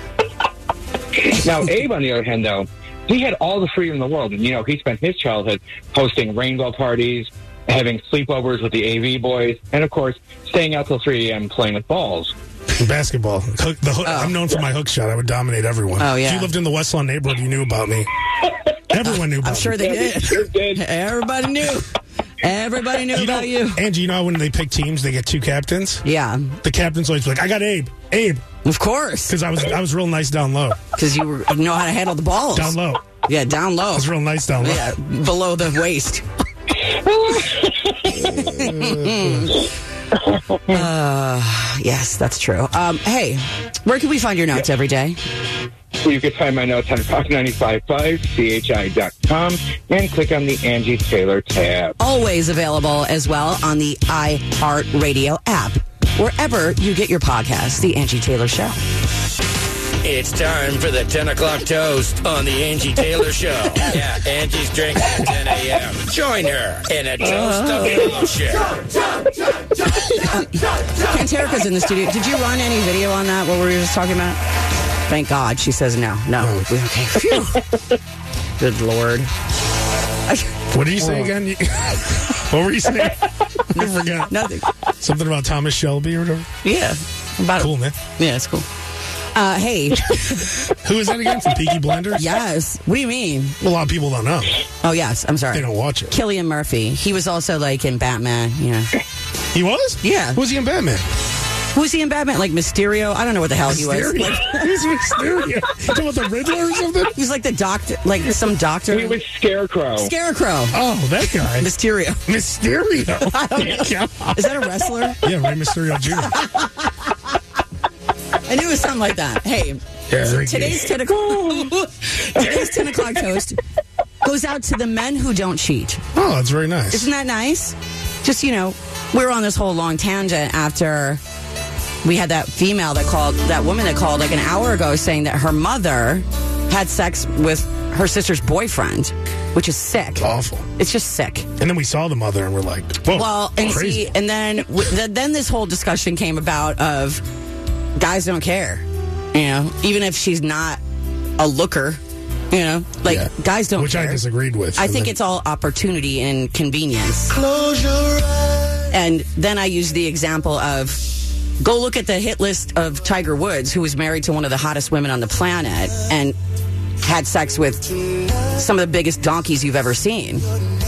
now, Abe, on the other hand, though, He had all the freedom in the world, and you know he spent his childhood hosting rainbow parties, having sleepovers with the AV boys, and of course staying out till 3 a.m. playing with balls.
Basketball. Hook, the hook, I'm known for my hook shot. I would dominate everyone.
Oh, yeah.
If you lived in the Westlawn neighborhood, you knew about me. Everyone knew about
I'm sure
me.
they did. Everybody knew. Everybody knew about
know,
you.
Angie, you know how when they pick teams, they get two captains?
Yeah.
The captain's always like, I got Abe. Abe.
Of course.
Because I was I was real nice down low.
Because you were, know how to handle the balls.
Down low.
Yeah, down low.
It's real nice down low.
Yeah, below the waist. uh, yes, that's true. Um, hey, where can we find your notes every day?
Well, you can find my notes on rock955chi.com and click on the Angie Taylor tab.
Always available as well on the iHeartRadio app, wherever you get your podcasts. The Angie Taylor Show.
It's time for the 10 o'clock toast on the Angie Taylor Show. yeah, Angie's drinking at 10 a.m. Join her in a toast of
Uh-huh.
Uh-huh.
emotion.
Panterica's in the studio. Did you run any video on that? What we were just talking about? Thank God she says no. No. Okay. Phew. Good Lord.
What did you say again? You- what were you saying? I forgot.
Nothing.
Something about Thomas Shelby or whatever.
Yeah. About
cool, man.
Yeah, it's cool. Uh, hey.
Who is that again? From Peaky Blinders?
Yes. What do you mean?
Well, a lot of people don't know.
Oh, yes. I'm sorry.
They don't watch it.
Killian Murphy. He was also like in Batman, you know.
He was?
Yeah.
Was he in Batman?
Who's he in Batman? Like Mysterio? I don't know what the hell he was.
Mysterio. He's Mysterio. Talking about the Riddler or something?
He's like the doctor, like some doctor.
He was Scarecrow.
Scarecrow.
Oh, that guy.
Mysterio.
Mysterio.
I don't know. Is that a wrestler?
Yeah, Ray Mysterio Jr.
I knew it was something like that. Hey,
Yeah, Ricky.
today's 10 o'clock. today's 10 o'clock toast goes out to the men who don't cheat.
Oh, that's very nice.
Isn't that nice? Just, you know, we were on this whole long tangent after we had that female that called, that woman that called like an hour ago saying that her mother had sex with her sister's boyfriend, which is sick.
Awful.
It's just sick.
And then we saw the mother and we're like, whoa.
Well, and
crazy.
see, and then w- th- then this whole discussion came about of guys don't care, you know, even if she's not a looker, you know, like
Yeah.
guys don't.
Which I
care.
disagreed with.
I
And
think
then-
it's all opportunity and convenience. Close your eyes. And then I used the example of go look at the hit list of Tiger Woods, who was married to one of the hottest women on the planet and had sex with some of the biggest donkeys you've ever seen.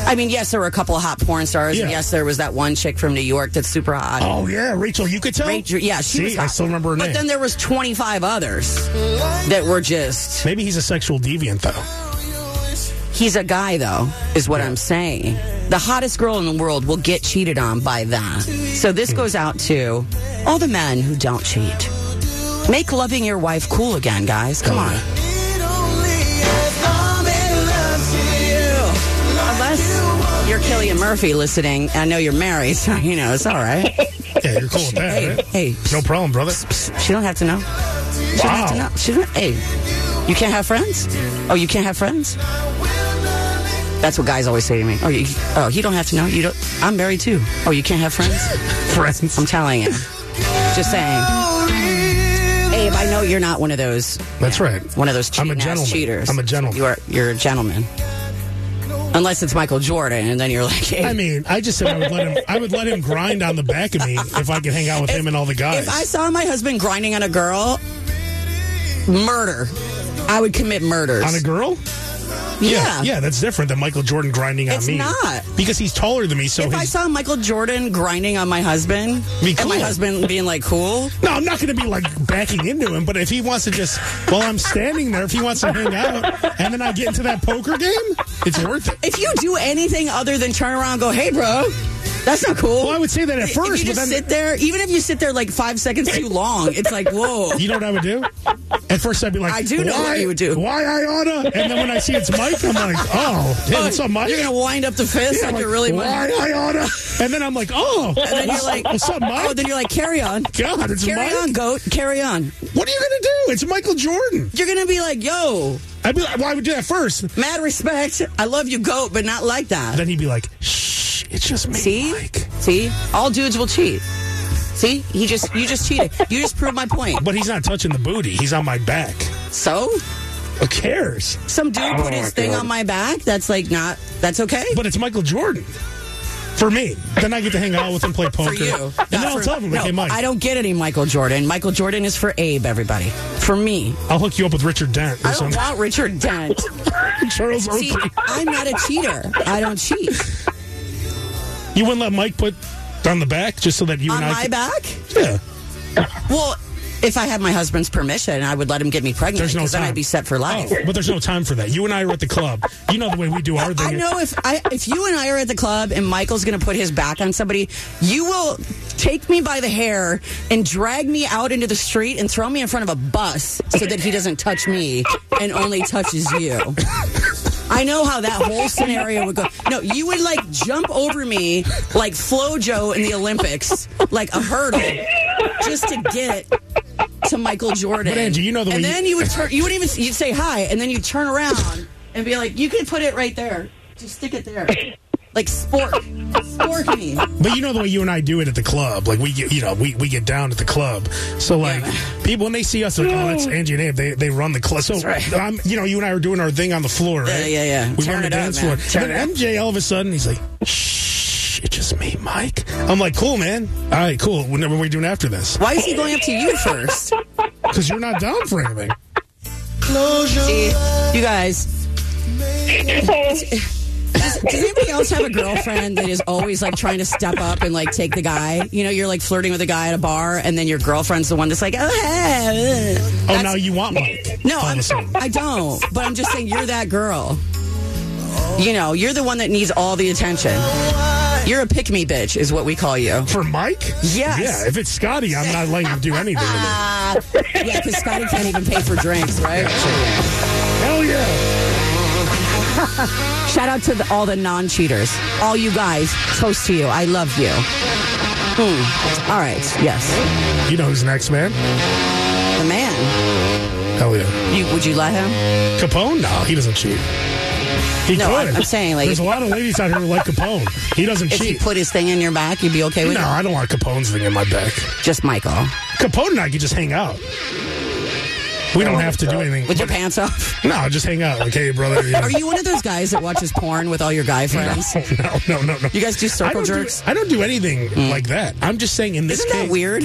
I mean, yes, there were a couple of hot porn stars, and
Yeah.
yes, there was that one chick from New York that's super hot.
Oh, yeah, Rachel, you could tell?
Rachel, yeah, she
See,
was
I
hot.
still remember her
But
name.
then there was 25 others that were just.
Maybe he's a sexual deviant, though.
He's a guy, though, is what I'm saying. The hottest girl in the world will get cheated on by that. So
Hmm.
this goes out to all the men who don't cheat. Make loving your wife cool again, guys. Come
Oh,
on. Unless you're Killian Murphy listening, I know you're married, so you know it's all right.
Yeah, you're cool with that,
hey,
right?
hey,
No problem, brother.
she don't have to know. She don't have to
Wow.
know. She don't, hey, you can't have friends? Oh, you can't have friends? That's what guys always say to me. Oh, you, oh, he don't have to know. You don't. I'm married too. Oh, you can't have friends.
friends.
I'm telling you. Just saying. Abe, I know you're not one of those.
That's right.
One of those
I'm a
cheating ass
gentleman.
cheaters.
I'm a gentleman.
You are. You're a gentleman. Unless it's Michael Jordan, and then you're like, hey,
I mean, I just said I would let him. I would let him grind on the back of me if I could hang out with him and all the guys.
If I saw my husband grinding on a girl, murder. I would commit
Oh,
murders.
on a girl?
Yeah.
yeah, that's different than Michael Jordan grinding on
It's
me.
not.
because he's taller than me. So
if I
he's-
saw Michael Jordan grinding on my husband,
Be
and my
cool.
husband being like, cool,
no, I'm not going to be like backing into him. But if he wants to just while I'm standing there, if he wants to hang out, and then I get into that poker game, it's worth it.
if you do anything other than turn around and go, hey, bro, that's not cool.
Well, I would say that at
If
first,
you
but
just
then
sit there, even if you sit there like five seconds too long, it's like, whoa.
You know what I would do? At first, I'd be like,
I do know
why,
what you would do.
Why I oughta? And then when I see it's Mike, I'm like, oh, hey, what's up, Mike?
You're gonna wind up the fist
Yeah,
like
like,
you're really
why
mad.
I oughta? And then I'm like, oh,
And then you're
what's,
like,
what's up, Mike?
Oh, then you're like, carry on.
God, it's
carry
Mike.
on, goat. Carry on.
What are you gonna do? It's Michael Jordan.
You're gonna be like, yo,
I'd be like, why would you do that first?
mad respect. I love you, goat, but not like that.
Then he'd be like, shh, it's just me,
See?
Mike.
See? All dudes will cheat. See? He just you just cheated. You just proved my point.
But he's not touching the booty. He's on my back.
So?
Who cares?
Some dude put his thing on my back. That's like not. That's okay.
But it's Michael Jordan. For me, then I get to hang out with him, play poker.
For you.
and then
Not
I'll
for-
tell him, like,
no,
hey, Mike,
I don't get any Michael Jordan. Michael Jordan is for Abe, everybody. For me.
I'll hook you up with Richard Dent. Or
I don't
something.
want Richard Dent.
Charles
See, I'm not a cheater. I don't cheat.
You wouldn't let Mike put on the back just so that you
On
and I.
my
could-
back?
Yeah.
Well, if I had my husband's permission, I would let him get me pregnant.
There's no
'cause then
time.
I'd be set for life.
Oh, But there's no time for that. You and I are at the club. You know the way we do our thing.
I know if I if you and I are at the club and Michael's going to put his back on somebody, you will take me by the hair and drag me out into the street and throw me in front of a bus so that he doesn't touch me and only touches you. I know how that whole scenario would go. No, you would like jump over me like FloJo in the Olympics, like a hurdle, just to get to Michael Jordan.
But Angie, you know the
and
way you-
then you would turn. You would even you'd say hi, and then you'd turn around and be like, "You can put it right there. Just stick it there." Like spork, spork me.
But you know the way you and I do it at the club. Like we get, you know, we, we get down at the club. So like people when they see us, like, oh, that's Angie and Abe. They they run the club. So I'm, you know, you and I are doing our thing on the floor, right?
yeah, yeah.
We
Turn
run the
it up,
dance
man.
floor.
Turn
And
it up.
then MJ all of a sudden he's like, shh, it's just me, Mike. I'm like, cool, man. All right, cool. What what are we doing after this?
Why is he going up to you first?
Because you're not down for anything.
See, you guys. Does, does anybody else have a girlfriend that is always like trying to step up and like take the guy? You know, you're like flirting with a guy at a bar, and then your girlfriend's the one that's like, "Oh, hey, uh."
Oh,
That's-
now you want Mike?
No,
all of
I'm,
a sudden.
I don't. But I'm just saying, you're that girl. You know, you're the one that needs all the attention. You're a pick me bitch, is what we call you.
For Mike?
Yes.
Yeah. If it's Scotty, I'm not letting him do anything. with it.
Ah, yeah, because Scotty can't even pay for drinks, right?
Hell yeah.
Shout out to the, all the non cheaters. All you guys, toast to you. I love you. Hmm. All right, yes.
You know who's next, man?
The man.
Hell yeah.
You, would you let him?
Capone? No, he doesn't cheat. He
No,
could.
I'm- I'm saying, like,
there's a lot of ladies out here who like Capone. He doesn't
If he
cheat.
put his thing in your back, you'd be okay with
no,
it?
I don't want Capone's thing in my back.
Just Michael.
Capone and I could just hang out. We don't have to do anything.
With your pants off?
No, just hang out. Like, hey, brother. you know.
Are you one of those guys that watches porn with all your guy friends?
No, no, no, no.
You guys do
I
circle
don't do-
jerks? Mm.
I don't do anything like that. I'm just saying in this
Isn't that
case-
weird?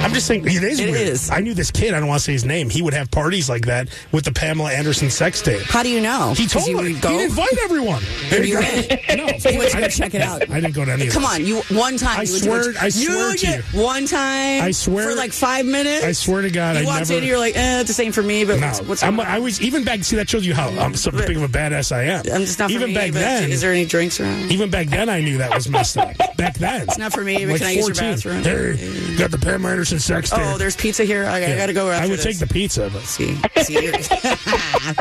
I'm just saying it is
It
weird.
is.
I knew this kid. I don't want to say his name. He would have parties like that with the Pamela Anderson sex tape.
How do you know?
He
'Cause
told
you
me.
would go?
He'd invite everyone.
And you went.
No,
You went to
I
go
didn't-
check it out.
I didn't go to any of
Come
this.
on, you one time.
I
you went to go
swear-
ch-
I swear
you
to
did one time.
I swear-
for like five minutes.
I swear to God,
you
I
walked
never-
in, you're like, eh, it's the same for me. But
No,
what's, what's
I'm, I was even back. See, that shows you how I'm so big of a badass I am.
I'm just not for
even
me,
back
but
then.
is there any drinks around?
Even back then, I knew that was messed up. Back then, it's
not for me, but can I use your bathroom?
Hey, you got the Pam Anderson sex tape.
Oh, there's pizza here. I, I
Yeah.
gotta go. After
I would
this.
take the pizza, but
see, See, you're-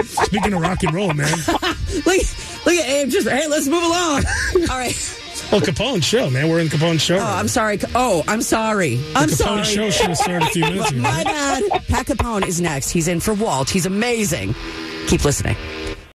speaking of rock and roll, man.
look, look at Abe. Just hey, let's move along. All right.
Well, Capone show, man. We're in Capone show.
Oh, I'm sorry. Oh, I'm sorry. I'm
the Capone
sorry.
show should have started a few minutes ago.
My bad. Pat Capone is next. He's in for Walt. He's amazing. Keep listening.